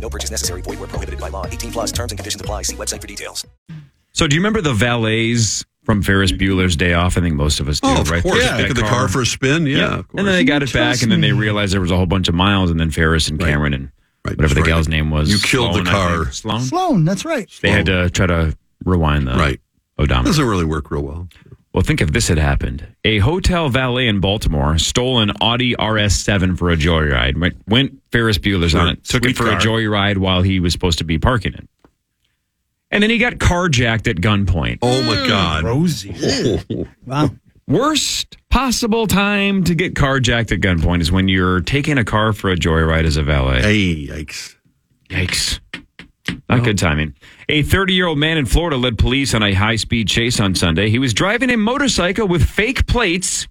S: No purchase necessary. Void where prohibited by law. 18 plus terms and conditions apply. See website for details.
D: So, do you remember the valets from Ferris Bueller's Day Off? I think most of us do,
G: Oh, of
D: right?
G: course.
D: They
G: Taking the car for a spin. Yeah, of
D: And then they got it back, and then they realized there was a whole bunch of miles, and then Ferris and Cameron and whatever the gal's name was.
G: You killed the
D: Sloan, I think.
G: car.
D: Sloan?
J: Sloan, that's right.
D: They had to try to rewind the right. odometer.
G: Doesn't really work real well.
D: Well, think if this had happened. A hotel valet in Baltimore stole an Audi RS7 for a joyride. Went, went Ferris Bueller's on it. Took it
F: Sweet
D: for a
F: car.
D: joyride while he was supposed to be parking it. And then he got carjacked at gunpoint.
G: Oh, my God.
F: Rosie.
D: Wow. Worst possible time to get carjacked at gunpoint is when you're taking a car for a joyride as a valet.
G: Hey, yikes.
D: Yikes. Not good timing. A 30 year old man in Florida led police on a high speed chase on Sunday. He was driving a motorcycle with fake plates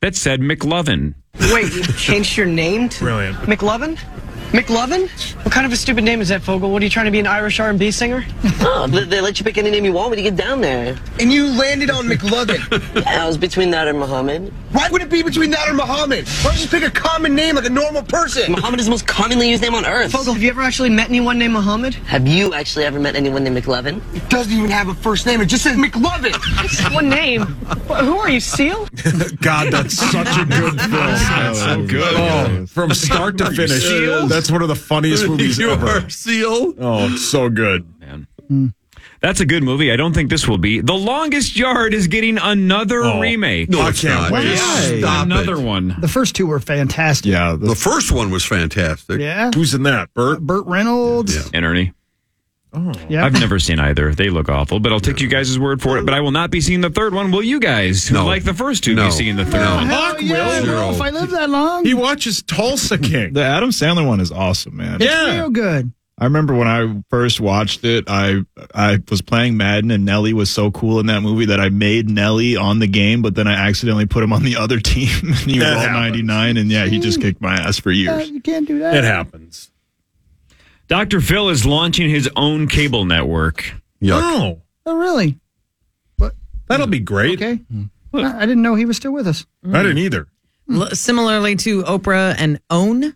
D: that said McLovin.
T: Wait, you changed your name to
D: Brilliant.
T: McLovin? McLovin? What kind of a stupid name is that, Fogel? What are you trying to be an Irish R&B singer?
U: Oh, they, they let you pick any name you want when you get down there. And you landed on McLovin. I was between that and Muhammad. Why would it be between that and Muhammad? Why don't you just pick a common name like a normal person? Muhammad is the most commonly used name on earth.
T: Fogel, have you ever actually met anyone named Muhammad?
U: Have you actually ever met anyone named McLovin? It doesn't even have a first name. It just says McLovin.
T: It's one name. Wh- Who are you, Seal?
F: God, that's such a good film.
G: That's so good.
F: Oh, from start to finish.
G: Seal?
F: That's one of the funniest movies
G: You
F: ever.
G: are E seal.
F: Oh, it's so good.
D: That's a good movie. I don't think this will be. The Longest Yard is getting another
F: Oh.
D: remake.
F: No, I it's can't not. wait.
D: Yeah.
G: Stop
D: another
G: it.
D: one.
J: The first two were fantastic.
F: Yeah.
G: The first one was fantastic.
J: Yeah.
F: Who's in that? Bert?
J: Burt Reynolds.
D: And Ernie.
F: Oh.
J: Yeah.
D: I've never seen either. They look awful, but I'll take you guys' word for it. But I will not be seeing the third one. Will you guys, who
G: No.
D: like the first two,
G: No.
D: be seeing the third
G: No.
D: one?
J: Hell
F: Fuck
J: yeah,
F: Will.
J: well, if I live that long,
F: He watches Tulsa King.
I: The Adam Sandler one is awesome, man.
J: it's real good.
I: I remember when I first watched it, I I was playing Madden and Nelly was so cool in that movie that I made Nelly on the game, but then I accidentally put him on the other team and he was
F: That
I: all
F: happens.
I: 99 and yeah, he just kicked my ass for
J: Yeah,
I: years.
J: Uh, you can't do that.
F: It happens.
D: Dr. Phil is launching his own cable network.
F: Oh,
J: Oh, really?
F: that'll be great.
J: Okay.
I: Hmm.
J: I I didn't know he was still with us.
F: I didn't either.
H: L- Similarly to Oprah and Own,
D: I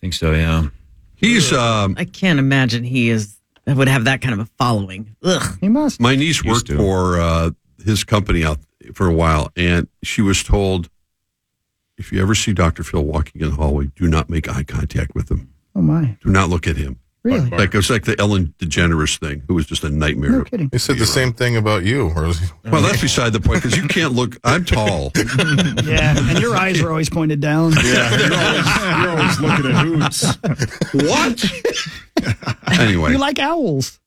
D: think so, yeah.
G: He's um
H: I can't imagine he is would have that kind of a following. Ugh.
J: He must.
G: My niece worked for uh, his company out for a while, and she was told, if you ever see Dr. Phil walking in the hallway, do not make eye contact with him.
J: Oh my.
G: Do not look at him.
J: Really?
G: Like it was like the Ellen DeGeneres thing, who was just a nightmare.
J: No kidding.
G: They said the same thing about you, Rosie. Well, that's beside the point because you can't look. I'm tall.
J: Yeah. And your eyes were always pointed down.
F: You're always, you're always looking at hoots.
G: what? Anyway,
J: You like owls.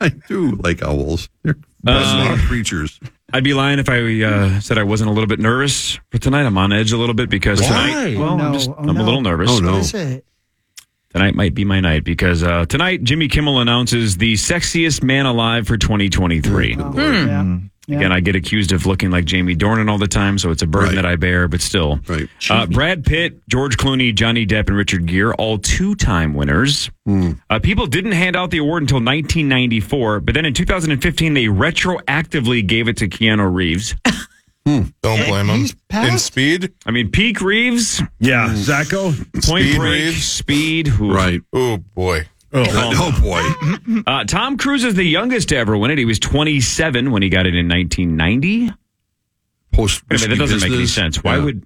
G: I do like owls. They're
D: Uh,
G: fascinating creatures.
D: I'd be lying if I uh, said I wasn't a little bit nervous for tonight. I'm on edge a little bit because
G: Why?
D: tonight, well,
J: Oh,
D: I'm
J: no.
D: just
J: Oh,
D: I'm a
J: no.
D: little nervous.
G: Oh, no.
J: What is it?
D: Tonight might be my night because uh, tonight Jimmy Kimmel announces the sexiest man alive for 2023.
J: Hmm.
D: Again, I get accused of looking like Jamie Dornan all the time, so it's a burden that I bear, but still. Right. Uh, Brad Pitt, George Clooney, Johnny Depp, and Richard Gere, all two time winners.
Q: Hmm.
D: Uh, people didn't hand out the award until 1994, but then in 2015, they retroactively gave it to Keanu Reeves.
Q: Don't blame him.
D: In speed? I mean, peak Reeves.
Q: Yeah, Zacco.
D: Point
Q: Speed
D: break.
Q: Reeves.
D: Speed. Ooh.
Q: Right. Oh boy.
D: Oh,
Q: Oh,
D: boy. uh, Tom Cruise is the youngest to ever win it. He was 27 when he got it in 1990.
G: Post
D: Wait a minute, that doesn't make any
G: business.
D: sense. Why
G: Yeah.
D: would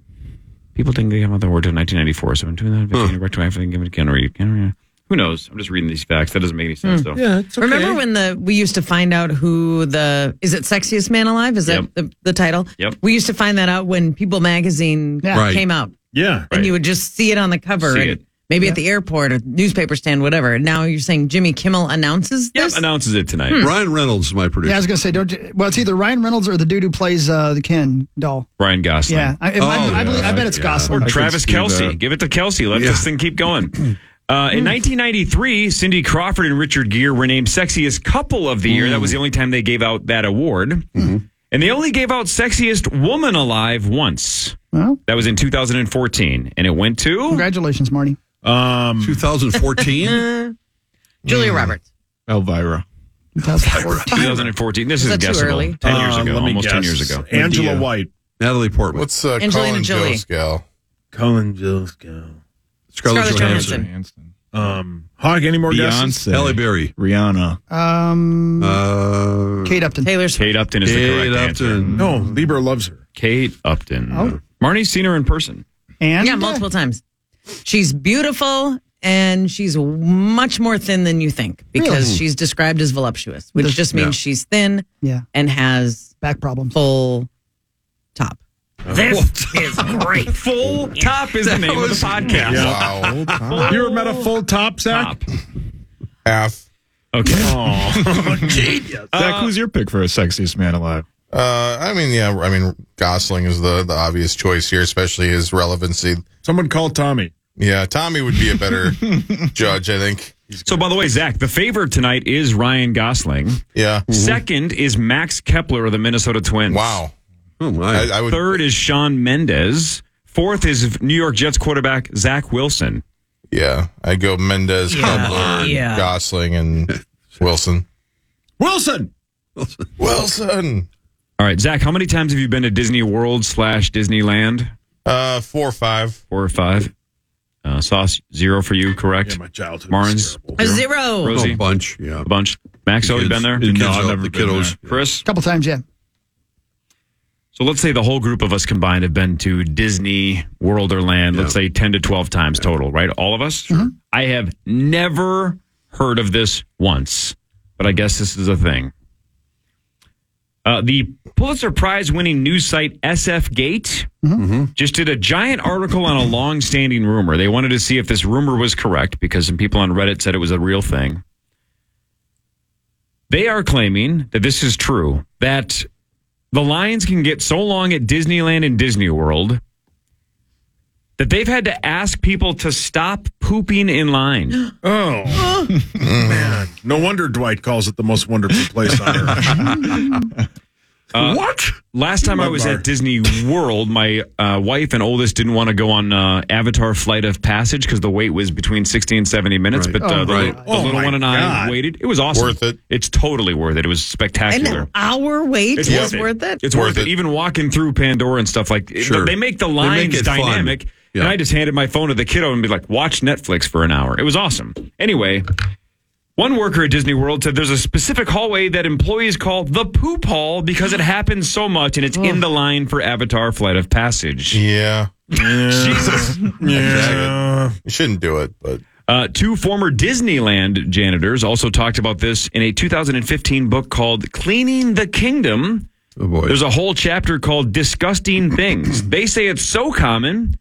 D: people think they came out the award in 1994? So I'm doing that. Huh. Retroactively giving it to Keanu Reeves. Keanu Reeves. Who knows? I'm just reading these facts. That doesn't make any sense,
J: Hmm.
D: though.
H: Remember when the we used to find out who the is it sexiest man alive? Is that
D: Yep.
H: the, the title?
D: Yep.
H: We used to find that out when People magazine
D: Yeah. Right.
H: came out.
D: Yeah.
H: And you would just see it on the cover.
D: See
H: and
D: it.
H: Maybe at the airport or newspaper stand, whatever. And Now you're saying Jimmy Kimmel announces this?
D: Announces it tonight.
H: Hmm.
G: Ryan Reynolds is my
J: Yeah, I
G: producer.
J: was gonna say, don't. you- Well, it's either Ryan Reynolds or the dude who plays uh, the Ken doll.
D: Ryan Gosling.
J: Yeah, I- if I- I believe- I bet it's Gosling.
D: Or
J: I could
D: Travis
J: see
D: Kelsey.
J: that. Hmm.
D: Give it to Kelsey. Let this thing keep going. Uh, in 1993, Cindy Crawford and Richard Gere were named Sexiest Couple of the Year. That was
J: Hmm.
D: the only time they gave out that award. And they only gave out Sexiest Woman Alive once.
J: Well.
D: That was in 2014. And it went to.
J: Congratulations, Marty.
D: Um,
G: 2014?
H: Julia Roberts.
I: Elvira.
D: 2014. This
H: Is
D: is,
H: that too
D: guessable.
H: early?
D: 10 years
I: Uh,
D: ago.
I: let me
D: Almost 10
I: guess.
D: years ago.
I: Angela
D: Medea.
I: White.
G: Natalie Portman.
Q: What's uh,
H: Angelina
Q: Colin
H: Jolie.
Q: Jost gal?
K: Colin Jost gal.
G: Scarlett
I: Scarlett
G: Johansson.
K: Um, Hawk, any more guesses?
I: Beyonce. Halle Berry. Rihanna.
J: Um,
G: Uh,
J: Kate Upton.
H: Taylor
D: Kate Upton is the correct answer.
K: No, Lieber loves her.
D: Kate Upton.
J: Oh.
D: Marnie's seen her in person.
J: And
H: yeah, multiple times. She's beautiful and she's much more thin than you think because
J: Really?
H: she's described as voluptuous, which
J: Does-
H: just means
J: Yeah.
H: she's thin
J: Yeah.
H: and has
J: back problems.
H: Full top.
D: This is great. Full Top is the name of the podcast.
K: Wow. you ever met a full top, Zach?
Q: Half.
D: Okay.
I: Oh,
Q: genius.
I: Zach, who's your pick for a sexiest man alive?
Q: Uh, I mean, yeah, I mean, Gosling is the, the obvious choice here, especially his relevancy.
K: Someone called Tommy.
Q: Yeah, Tommy would be a better judge, I think.
D: So, by the way, Zach, the favorite tonight is Ryan Gosling.
Q: Yeah.
D: Second is Max Kepler of the Minnesota Twins. Wow. Oh,
Q: I- I would-
D: Third is Sean Mendez. Fourth is New York Jets quarterback Zach Wilson.
Q: Yeah, I'd go Mendez,
D: Yeah.
Q: Kepler,
D: Yeah.
Q: Gosling, and Wilson.
K: Wilson.
Q: Wilson.
D: All right, Zach, how many times have you been to Disney World slash Disneyland?
Q: Uh, four or five.
D: Four or five. Uh, Sauce, zero for you, correct? Yeah, my
K: childhood.
D: Marnes,
H: A zero.
D: Rosie?
G: A bunch, yeah. A
D: bunch. Max,
G: The
D: already
G: kids-
D: been there?
G: the kids No, I've all- never the been kiddos.
D: Chris?
J: couple times, yeah.
D: So let's say the whole group of us combined have been to Disney World or Land, let's say 10 to 12 times total, right? All of us? I have never heard of this once, but I guess this is a thing. Uh, the Pulitzer Prize winning news site SF Gate just did a giant article on a long standing rumor. They wanted to see if this rumor was correct because some people on Reddit said it was a real thing. They are claiming that this is true, that the lines can get so long at Disneyland and Disney World that they've had to ask people to stop pooping in line.
K: Oh, man. No wonder Dwight calls it the most wonderful place on earth.
D: what? Uh, Last time I
K: Love
D: was
K: bar.
D: at Disney World, my uh, wife and oldest didn't want to go on uh, Avatar Flight of Passage because the wait was between 60 and 70 minutes.
H: Right.
D: But uh,
H: Oh,
D: the,
H: right.
D: little- the
H: Oh,
D: little
H: my
D: one and I
H: God.
D: waited. It was awesome.
H: Worth
Q: it.
D: It's totally worth it. It was spectacular.
H: An hour wait
D: It's
H: was worth it?
D: It's worth, it. Even walking through Pandora and stuff like it-
G: Sure.
D: they make the
G: They make
D: lines
G: it fun.
D: dynamic. And
G: Yeah.
D: I just handed my phone to the kiddo and be like, "Watch Netflix for an hour." It was awesome. Anyway, one worker at Disney World said there's a specific hallway that employees call the poop hall because it happens so much and it's in the line for Avatar Flight of Passage.
Q: Yeah.
D: Jesus.
Q: Yeah. You shouldn't do it, but
D: Uh, two former Disneyland janitors also talked about this in a 2015 book called Cleaning the Kingdom.
G: Oh boy.
D: There's a whole chapter called Disgusting Things. they say it's so common.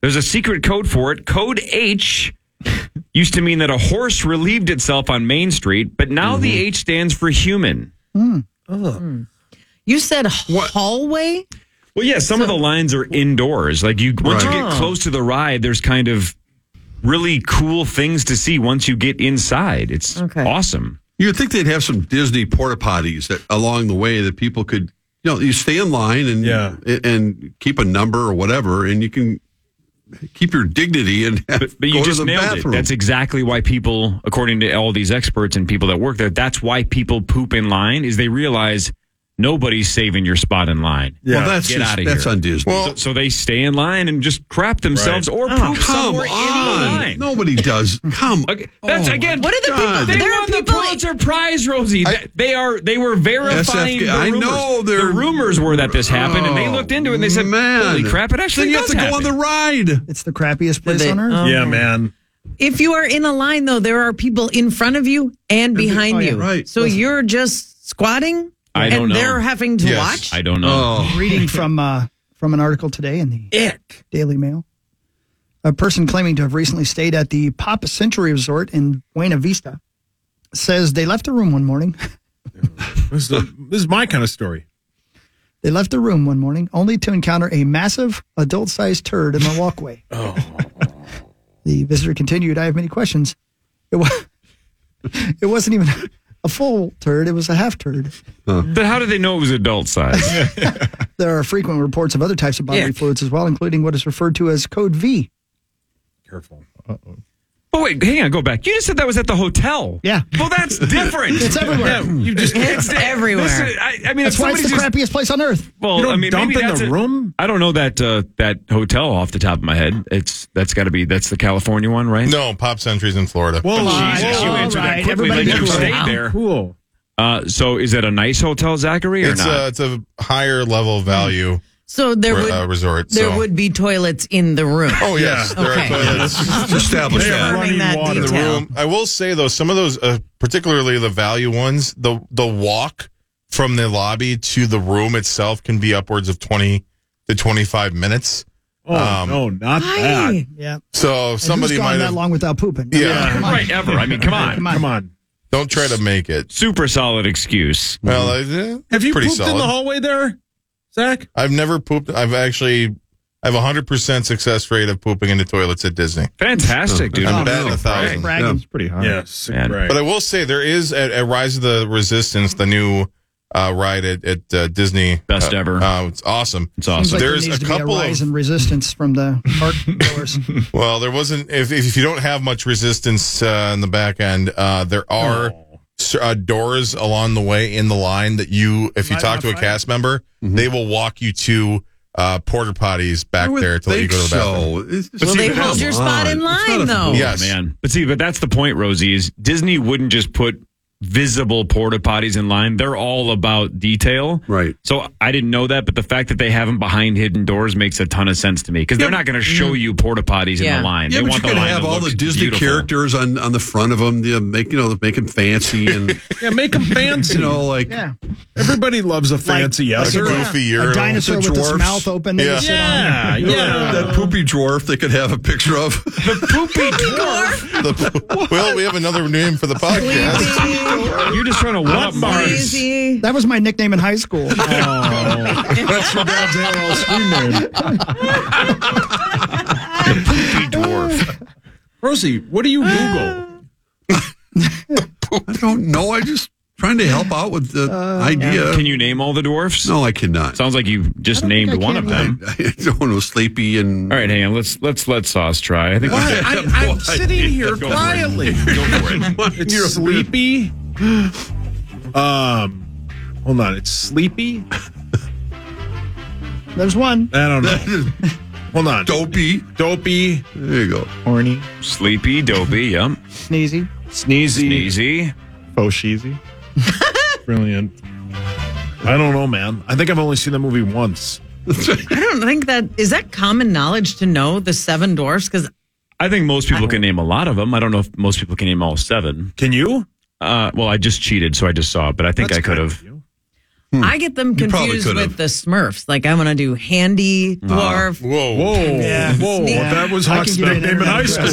D: There's a secret code for it. Code H used to mean that a horse relieved itself on Main Street, but now the H stands for human.
H: You said hallway?
D: Well, yeah, some of the lines are indoors. Like you, once you
H: Right.
D: get close to the ride, there's kind of really cool things to see once you get inside. It's awesome.
G: You'd think they'd have some Disney porta potties that along the way that people could, you know, you stay in line and a- and keep a number or whatever, and you can keep your dignity and have,
D: But you
G: go
D: just
G: to the
D: nailed
G: bathroom.
D: it. That's exactly why people, according to all these experts and people that work there, that's why people poop in line is they realize nobody's saving your spot in line.
G: Well, that's
D: get
G: just-
D: out of
G: that's
D: here.
G: on Disney.
D: so, so they stay in line and just crap themselves
G: Oh,
D: or poop somewhere in the line.
G: Nobody does. Come.
D: That's again.
G: Oh What are the people-
D: They
G: there are
D: won the Pulitzer Prize, Rosie. They- they are. They were verifying.
G: SFK
D: the
G: I
D: rumors.
G: know
D: the
G: they're- Oh,
D: rumors were that this happened, and they looked into it and they said,
G: Man.
D: "Holy crap! It actually
G: Then you
D: does
G: have to
D: happen."
G: go on the ride.
J: It's the crappiest place
H: they?
J: on earth.
H: Oh. Yeah, man. If you are in a line, though, there are people in front of you and behind
J: oh, yeah,
H: you.
J: right.
H: So you're just squatting,
D: I
H: and
D: don't know.
H: they're having to watch.
D: I don't
G: Oh.
D: know.
J: Reading from uh, from an article today in the Daily Mail. A person claiming to have recently stayed at the Papa Century Resort in Buena Vista says they left the room one morning.
K: This is, the- this is my kind of story.
J: They left the room one morning only to encounter a massive adult sized turd in the walkway.
K: Oh.
J: The visitor continued, I have many questions. It, wa- it wasn't even a full turd, it was a half turd.
D: Then how did they know it was adult size?
J: There are frequent reports of other types of bodily
D: Yeah.
J: fluids as well, including what is referred to as code V.
D: Oh wait, hang on, go back. You just said that was at the hotel.
J: Yeah.
D: Well, that's different.
J: It's
D: Yeah,
J: everywhere.
D: you just
J: It's everywhere.
D: This is- I, I mean,
J: that's
D: if
J: why it's the
D: somebody just-
J: crappiest place on earth.
D: Well, I mean, maybe that's a- I don't know that uh, that hotel off the top of my head. It's that's got to be that's the California one, right?
Q: No, Pop Century's in Florida.
D: Well, Oh, Jesus, you
Q: all
D: answered
Q: right.
D: that quickly.
Q: Everybody
D: Like you
Q: knows.
D: stayed
Q: Wow.
D: there. Cool. Uh, so is it a nice hotel, Zachary, or
Q: It's uh,
D: not?
Q: a, it's a higher level value.
H: So there
Q: re-
H: would
Q: uh, resort.
H: there
Q: so.
H: would be toilets in the room.
Q: Oh yes, there
H: okay.
Q: are toilets.
G: Establish
Q: They
H: that.
Q: have
H: Confirming that
Q: in the
H: detail.
Q: room. I will say though, some of those, uh, particularly the value ones, the the walk from the lobby to the room itself can be upwards of twenty to twenty five minutes.
I: Oh, no, not
J: Hi. Yeah.
Q: So
J: And
Q: somebody
J: who's gone
Q: might
J: that
Q: have-
J: long without pooping.
Q: Yeah.
J: come on.
D: Right, ever. I mean, come on.
J: Come on.
Q: Don't try to make it.
D: Super solid excuse.
Q: Well,
D: Mm-hmm.
Q: I- eh,
K: Have you
Q: pretty
K: pooped
Q: solid.
K: in the hallway there, Zach?
Q: I've never pooped. I've actually. I have a hundred percent success rate of pooping in the toilets at Disney.
D: Fantastic, dude.
Q: I'm batting
D: Oh,
Q: a thousand.
D: brag. Yeah, it's pretty high.
K: Yeah, sick
D: Man.
K: brag.
Q: But I will say there is at, at Rise of the Resistance, the new uh, ride at, at uh, Disney,
D: Best
Q: uh,
D: ever.
Q: Uh, it's awesome. It's
J: Seems like there
Q: There's
J: needs
Q: a
J: to be
Q: couple
J: a rise
Q: of
J: in resistance from the park goers.
Q: well, there wasn't. If if you don't have much resistance uh, in the back end, uh, there are s- uh, doors along the way in the line that you, if you
G: Might
Q: talk
G: not
Q: to a
G: find
Q: cast member,
D: Mm-hmm.
Q: they will walk you to. Uh, porter potties back there to let you
G: think
Q: go to the
G: so.
Q: bathroom.
G: It's- Well, they hold your spot in line,
Q: not a- though.
G: Oh,
Q: Yes.
D: man. But see, but that's the point, Rosie. Is Disney wouldn't just put visible porta potties in line. They're all about detail, right? So I didn't know that, but the fact that they have them behind hidden doors makes a ton of sense to me because they're not going to show you porta potties in the line.
G: Yeah,
D: they
G: but
D: want
G: you
D: the
G: could
D: line
G: have
D: that
G: all the
D: looks
G: Disney
D: beautiful.
G: characters on, on the front of them. You know, make you know, make them fancy and
K: Yeah, make them fancy.
G: you know, like
J: Yeah.
K: Everybody loves a fancy yes
G: like a
K: or no.
G: goofy urinal.
J: A dinosaur
G: The
J: with its
G: dwarfs.
J: mouth open. that you
G: Yeah.
J: sit on.
K: Yeah,
G: yeah. That poopy dwarf they could have a picture of.
D: The poopy dwarf.
Q: The- well, we have another name for the podcast.
D: You're just trying to one up Mars.
J: That was my nickname in high school.
K: That's your goddamn old screen name.
D: poopy dwarf.
K: Rosie, what do you Google?
G: I don't know. I just trying to help out with the
D: Uh,
G: idea.
D: Can you name all the dwarfs?
G: No, I cannot.
D: Sounds like you just named one of them.
G: Someone was sleepy and.
D: All right, hang on. Let's let's let Sauce try. I think. we
K: Why?
D: did.
K: I, I'm sitting here
D: Go for it.
K: quietly.
D: Go for it.
K: It's sleepy. Um, hold on. It's sleepy.
J: There's one.
K: I don't know. hold on.
G: Dopey.
K: Dopey.
G: There you go.
K: Horny.
D: Sleepy, dopey, yum.
J: Sneezy.
K: Sneezy.
D: Sneezy.
K: Fosheezy. Brilliant. I don't know, man. I think I've only seen the movie once.
H: I don't think that is that common knowledge to know the seven dwarfs because
D: I think most people can name a lot of them. I don't know if most people can name all seven.
K: Can you?
D: Uh, well, I just cheated, so I just saw it, but I think I could have.
H: I get them
D: You probably
H: confused
D: could've. Uh-huh.
H: with the Smurfs. Like I want to do handy dwarf.
Q: whoa,
K: Whoa, whoa! That was hot stuff. Name in high school.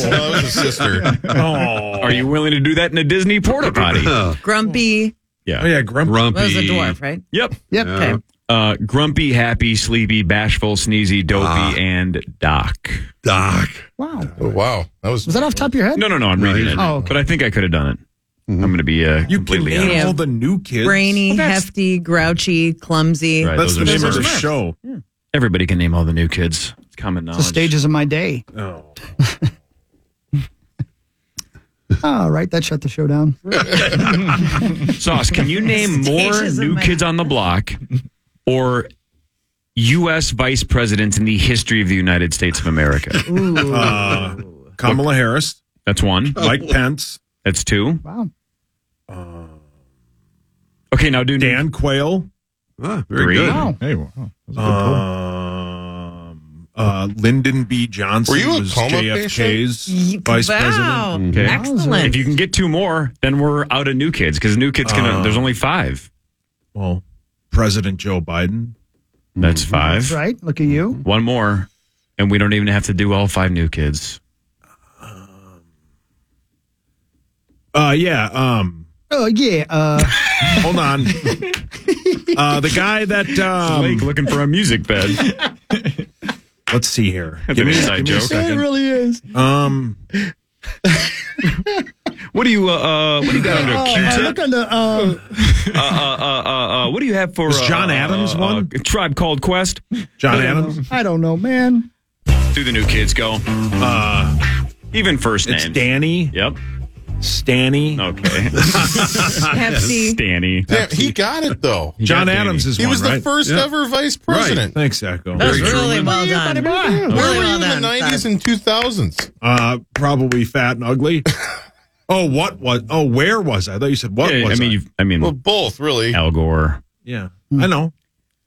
D: Oh, are you willing to do that in a Disney porta potty?
H: Grumpy.
D: Yeah.
K: Oh yeah, Grumpy.
H: Well, it was a dwarf, right?
D: Yep.
J: Yep.
H: Okay.
D: Uh, grumpy, happy, sleepy, bashful, sneezy, dopey, and Doc.
G: Doc.
J: Wow.
Q: wow. That was
J: Was that off the top of your head?
D: No, no, no. I'm reading it.
J: Oh, okay.
D: But I think I could have done it. I'm going to be uh, completely honest.
H: Yeah. Brainy, hefty, grouchy, clumsy.
D: Right, those are smart. Everybody can name all the new kids. It's common
J: It's the
D: knowledge.
J: stages of my day.
D: Oh.
J: All right, that shut the show down.
D: Sauce, can you name more
J: Stages of
D: new
J: my-
D: kids on the block or U.S. vice presidents in the history of the United States of America?
K: Uh, Kamala Harris.
D: That's one.
K: Mike Pence.
D: That's two.
J: Wow.
D: Okay, now do
K: Dan Quayle.
D: very Three. good. Wow.
K: Hey, wow. That was a good poll. Um, uh, Lyndon B. Johnson
D: Were you a
K: was
D: coma
K: JFK's
D: patient?
K: vice
D: Wow.
K: president.
D: Okay. If you can get two more, then we're out of new kids because new kids can.
K: Uh,
D: there's only five.
K: Well, President Joe Biden.
D: That's
K: Mm-hmm.
J: That's
D: five.
J: right. Look at you.
D: One more, and we don't even have to do all five new kids.
K: Uh, yeah. Um,
J: Oh yeah. Uh,
K: hold on. uh, the guy that um,
D: Blake looking for a music bed.
K: Let's see here.
D: That's an
K: give
D: inside
K: me a
D: joke.
K: second.
D: It
J: really is.
K: Um,
D: what do you uh, uh what do you got under
J: Oh, I
D: Q-tip?
J: look on the, um,
D: uh, uh, uh, uh, what do you have for
K: Was
D: uh,
K: John Adams
D: uh,
K: one?
D: uh, Tribe Called Quest.
K: John
J: I don't know. I don't know, man.
D: Do the new kids go? Uh, even first name.
K: It's Danny.
D: Yep.
K: Stanny.
D: Okay.
Q: Pepsi.
D: Stanny.
Q: Damn, he got it though.
K: He John got Danny. Adams is
Q: He
K: one,
Q: was the
K: right?
Q: first
K: Yeah.
Q: ever vice
K: Right.
Q: president.
K: Thanks, Echo.
Q: That was Very
H: really well done.
Q: Where
H: Really
Q: were
H: well
Q: you in the
H: done.
Q: nineties and two thousands?
K: Uh, probably fat and ugly. oh, what was? Oh, where was I? I thought you said what
D: Yeah,
K: was.
D: I mean, you- I mean,
K: Well,
Q: both really.
D: Al Gore,
K: yeah,
Q: Hmm.
K: I know.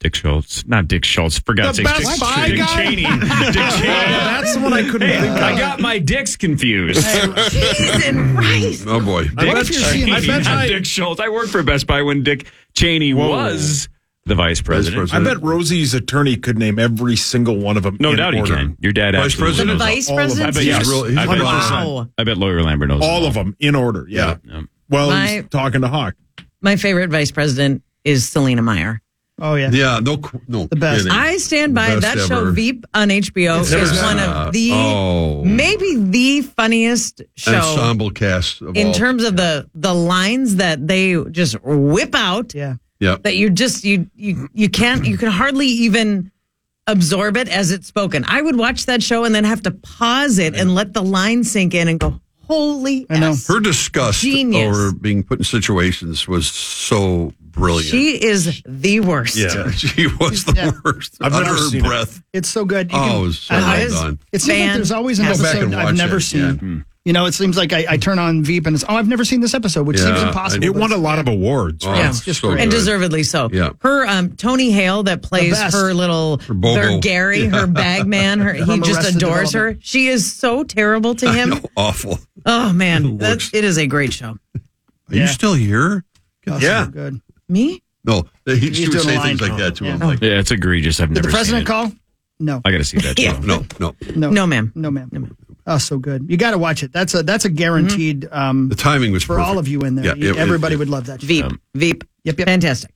D: Dick Schultz, not Dick Schultz. For God's
K: The
D: sake,
K: Best
D: Dick,
K: Buy
D: Dick
K: guy?
D: Cheney. Dick Cheney.
K: that's the one I couldn't
D: Hey,
K: think of.
D: I got my dicks confused.
G: Oh boy.
D: Dick Cheney, not Dick Schultz. I worked for Best Buy when Dick Cheney
K: Whoa.
D: was the vice president.
K: I bet Rosie's attorney could name every single one of them.
D: No
K: in
D: doubt he
K: order.
D: can. Your dad
K: Vice
D: absolutely
K: president?
D: knows
K: The vice
D: all of them.
K: president?
D: I bet,
K: He's
D: yes.
K: really- he's
D: I, bet,
K: 100%.
H: Wow.
D: I bet lawyer Lambert knows
K: All of them in order. Yeah. Well, he's
H: My-
K: talking to Hawk.
H: My favorite vice president is Selena Meyer.
J: Oh yeah.
G: Yeah. No. qu- No. The
J: best.
H: I stand
G: Best
H: by that show
G: ever.
H: Veep on HBO
G: It's
H: is
G: never-
H: one of
D: uh,
H: the
G: Oh.
H: maybe the funniest show
G: ensemble cast of
H: in
G: all.
H: terms of the the lines that they just whip out.
J: Yeah.
G: Yep.
H: That you just you you you can't you can hardly even absorb it as it's spoken. I would watch that show and then have to pause it and let the line sink in and go, "Holy S.
G: Her disgust
H: Genius.
G: over being put in situations was so brilliant.
H: She is the worst.
G: yeah, she was the worst.
K: I've never
G: Under her
K: seen it.
G: breath.
J: It's so good. Uh,
G: Oh, it was so well done.
J: It seems like there's always an
G: Go back
J: episode
G: and
J: I've
G: watch
J: never
G: it,
J: seen.
G: yeah. Hmm.
J: You know, it seems like I, I turn on Veep and it's oh I've never seen this episode, which seems impossible.
K: It won a lot of awards.
G: Oh,
K: right?
H: Yeah. and deservedly so.
K: Yeah.
H: Her um, Tony Hale that plays
J: best.
H: her little her,
K: Bobo.
H: Gary,
K: Yeah.
H: her bag man, her he
J: From
H: just
J: Arrested
H: adores her.
J: Development.
H: She is so terrible to him.
G: Awful.
H: Oh man, that's it is a great show.
G: Are you still here? God,
K: Yeah.
G: so
J: good.
H: Me?
G: No, he, she
J: He's
G: would
J: doing
G: say
J: a line
G: things like
J: call.
G: that to him.
J: Yeah.
G: Like,
D: Yeah, it's egregious. I've
J: Did
D: never
J: the
D: seen
J: president
D: it.
J: call? No.
D: I got to see that.
H: Yeah.
D: show.
G: No, no.
J: No.
H: No, ma'am.
J: No ma'am. Oh, so good. You got to watch it. That's a that's a guaranteed. Um,
G: The timing was
J: for
G: perfect.
J: all of you in there.
G: Yeah, it- it-
J: Everybody would love that.
H: Veep, Veep,
J: yep, yep.
H: fantastic.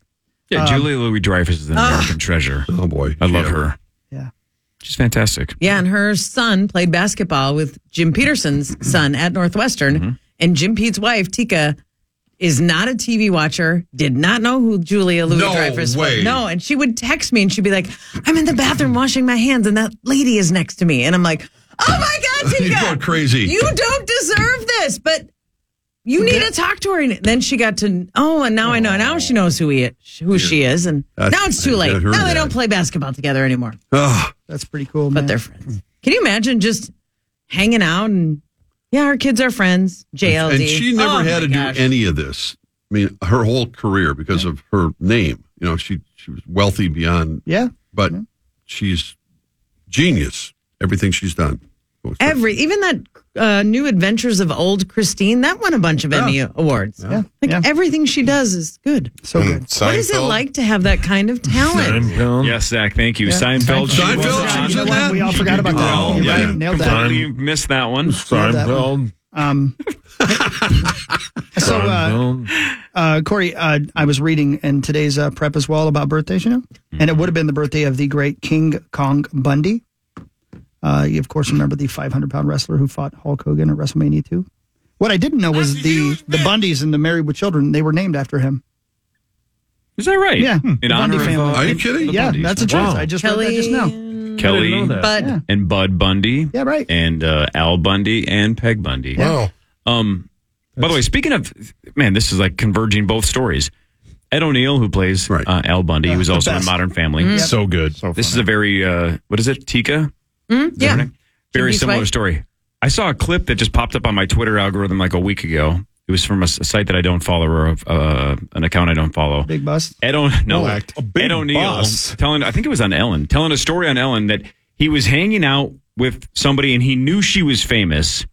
D: Yeah,
J: Um,
D: Julia Louis Dreyfus is an
H: Ah.
D: American treasure.
G: Oh boy,
D: I love her.
J: Yeah.
D: she's fantastic.
H: Yeah, and her son played basketball with Jim Peterson's son at Northwestern,
G: Mm-hmm.
H: and Jim Pete's wife Tika is not a TV watcher. Did not know who Julia Louis
G: No
H: Dreyfus
G: way.
H: was. No, and she would text me and she'd be like, "I'm in the bathroom washing my hands, and that lady is next to me," and I'm like, "Oh my god, Tika,
G: You're going crazy.
H: You don't deserve this, but." You need to talk to her. And then she got to, oh, and now I know. Now she knows who he is, who she is. And
G: That's-
H: now it's too
G: I
H: late.
G: heard
H: Now they
G: that.
H: don't play basketball together anymore.
G: Ah,
J: That's pretty cool.
H: But
J: man.
H: they're friends. Can you imagine just hanging out and yeah, our kids are friends. JLD.
G: and she never
H: Oh,
G: had to
H: my gosh.
G: do any of this. I mean, her whole career because of her name. You know, she she was wealthy beyond.
J: Yeah.
G: But she's genius. Everything she's done.
H: Every even that uh, new adventures of old Christine that won a bunch of Emmy awards.
J: Yeah.
H: Like everything she does is good.
J: So good.
H: What is it like to have that kind of talent?
D: Yes, Zach. Thank you.
H: Yeah.
D: Seinfeld. she
G: Seinfeld,
D: was
G: she
D: on.
G: was
J: You know what? We all forgot about that.
D: Oh,
J: You're right.
D: yeah.
J: Nailed that.
D: Completely missed that one.
J: Nailed that one. Um, so uh, uh, uh, Corey, uh, I was reading in today's uh, prep as well about birthdays, you know,
D: Mm-hmm.
J: and it would have been the birthday of the great King Kong Bundy. Uh, you, of course, remember the 500 pound wrestler who fought Hulk Hogan at WrestleMania 2. What I didn't know was the, the Bundys and the Married with Children, they were named after him.
D: Is that right?
J: Yeah.
D: In
J: the
D: honor
J: Bundy
D: of,
J: family.
D: uh, Are you kidding? the
J: Yeah,
D: Bundys.
J: that's a truth.
D: Wow.
J: I just read that just now.
D: Kelly
J: Bud. Yeah.
D: and Bud Bundy.
J: Yeah, right.
D: And uh, Al Bundy and Peg Bundy.
J: Wow.
D: Um, by the way, speaking of, man, this is like converging both stories. Ed O'Neill, who plays uh, Al Bundy, who's
H: the
D: also in
H: best.
D: Modern Family,
J: Mm-hmm.
H: Mm. Yep. So
D: good. this is a very uh, what is it? Tika.
H: Mm, yeah.
D: Very
H: Should be
D: similar
H: sweet.
D: story. I saw a clip that just popped up on my Twitter algorithm like a week ago. It was from a, s- a site that I don't follow or uh, an account I don't follow.
J: Big bust.
D: Ed O- no,
J: Oh,
D: act.
J: a big
D: Ed O'Neill
J: bust.
D: telling. I think it was on Ellen telling a story on Ellen that he was hanging out with somebody and he knew she was famous,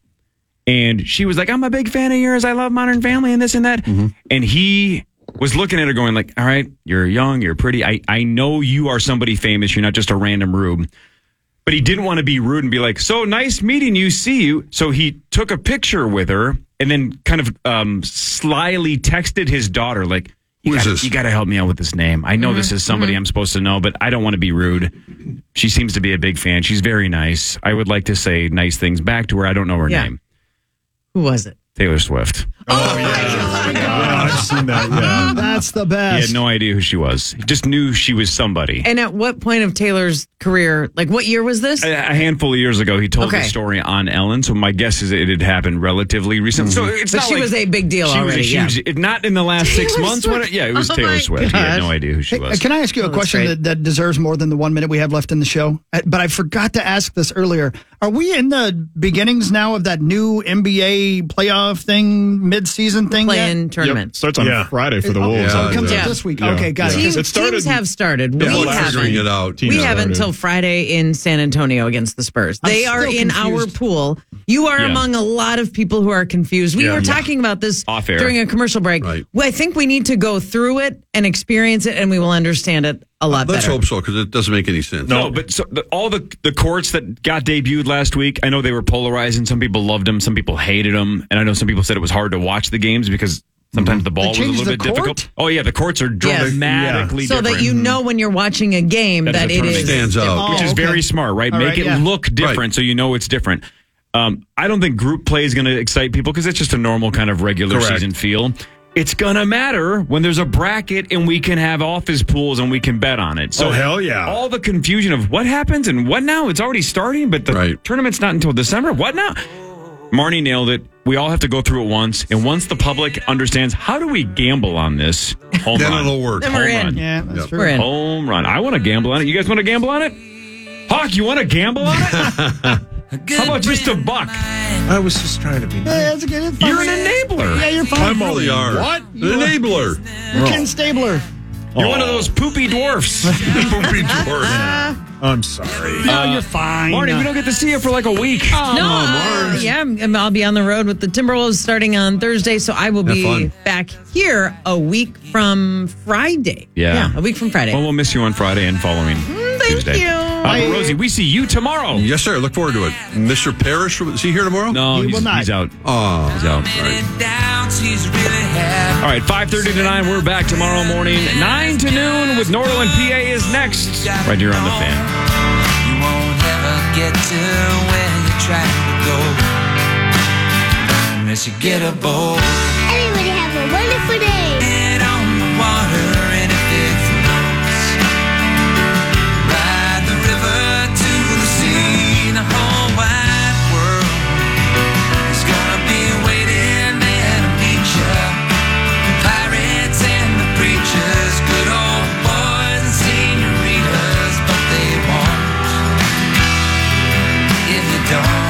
D: and she was like, "I'm a big fan of yours. I love Modern Family and this and that,"
G: Mm-hmm.
D: and he was looking at her going like, "All right, you're young, you're pretty. I I know you are somebody famous. You're not just a random rube." But he didn't want to be rude and be like, "So nice meeting you, see you." So he took a picture with her and then kind of um, slyly texted his daughter, like, "You
G: Who is
D: gotta-
G: this?
D: you got to help me out with this name. I know
H: Mm-hmm.
D: this is somebody I'm supposed to know, but I don't want to be rude. She seems to be a big fan. She's very nice. I would like to say nice things back to her. I don't know her
H: Yeah.
D: name.
H: Who was it?
D: Taylor Swift.
J: I've
D: seen that.
J: That's the
D: He
J: best.
D: had no idea who she was. He just knew she was somebody.
H: And at what point of Taylor's career, like what year was this?
D: A a handful of years ago, he told
H: Okay.
D: the story on Ellen. So my guess is it had happened relatively recently. So it's
H: Mm-hmm. but
D: not
H: she
D: like-
H: was a big deal
D: she
H: already.
D: was a huge,
H: yeah.
D: if not in the last six
H: Taylor
D: months.
H: Swift.
D: What, yeah, it was
H: Oh
D: Taylor
H: my
D: Swift. He had
H: gosh.
D: no idea who she
J: Hey,
D: was.
J: Can I ask you a
D: Oh, that's
J: question
D: great.
J: that, that deserves more than the one minute we have left in the show? Uh, But I forgot to ask this earlier. Are we in the beginnings now of that new NBA playoff thing, midseason thing?
H: Play-in
J: yet?
H: tournament. Yep.
I: Starts on Friday for the
J: Oh,
I: Wolves.
J: so it
I: I
J: comes
I: believe.
J: out this week. Okay, got
H: Team-
J: it.
H: Teams, have started.
I: Yeah,
H: we
I: we're
H: haven't.
I: figuring it out.
H: we
I: Teams
H: haven't
I: started.
H: until Friday in San Antonio against the Spurs.
I: I'm
H: They
I: still
H: are in our
I: confused.
H: pool. You are
I: Yeah.
H: among a lot of people who are confused. We
I: Yeah.
H: were
I: Yeah.
H: talking about this
I: Off air.
H: during a commercial break. Well, I think we need to go through it and experience it, and we will understand it a lot
G: Let's
H: better.
G: hope so because it doesn't make any sense.
D: No, but so the, all the the courts that got debuted last week, I know they were polarizing. Some people loved them, some people hated them, and I know some people said it was hard to watch the games because sometimes the ball was a
H: changed
D: little
H: the
D: bit difficult.
H: court?
D: Oh yeah, the courts are
H: Yes.
D: dramatically
H: so
D: different.
H: that you know when you're watching a game that,
D: the
H: it
D: tournament.
H: is
D: which
J: Oh,
D: is very smart, right?
H: All
D: Make
H: right,
D: it
H: yeah.
D: look different so you know it's different. Um, I don't think group play is going to excite people because it's just a normal kind of regular
G: Correct.
D: season feel. It's going to matter when there's a bracket and we can have office pools and we can bet on it. So
K: Oh, hell yeah.
D: All the confusion of what happens and what now? It's already starting, but the tournament's not until December. What now? Marnie nailed it. We all have to go through it once, and once the public understands how do we gamble on this, home
G: Then
D: run.
G: it'll work. Then
D: Home
G: we're in.
D: run.
G: Yeah, that's Yep. true. We're in.
D: Home run. I want to gamble on it. You guys want to gamble on it? Hawk, you want to gamble on it? How about just a buck?
K: I was just trying to be.
J: Hey, that's a good. it's fine.
D: You're an enabler.
J: Yeah, you're fine.
K: I'm all-
J: What?
G: An enabler.
J: You're Ken Stabler.
D: You're one of those poopy dwarfs. poopy dwarf.
K: I'm sorry.
D: No,
H: you're fine.
D: Marty, we don't get to see you for like a week.
H: no, uh, yeah, I'm- I'll be on the road with the Timberwolves starting on Thursday, so I will
D: Have
H: be
D: fun.
H: back here a week from Friday.
D: Yeah.
H: a week from Friday.
D: Well, we'll miss you on Friday and following
H: Mm, thank
D: Tuesday.
H: you.
D: Uh, but
H: Bye.
D: Rosie, we see you tomorrow.
G: Yes, sir. Look forward to it. Mr. Parrish, is he here tomorrow?
D: No, he's, he's out.
G: Oh,
D: he's out. All right, 5.30 to 9, we're back tomorrow morning. 9 to noon with Norland PA is next. Right here on The Fan.
C: You won't ever get to where you're trying to go unless you get a boat.
V: Everybody have a wonderful day.
C: Get on the water and if it floats, ride the river to the sea. The whole wide world is gonna be waiting there to meet you. The pirates and the preachers, good old boys and senoritas, but they won't if you don't.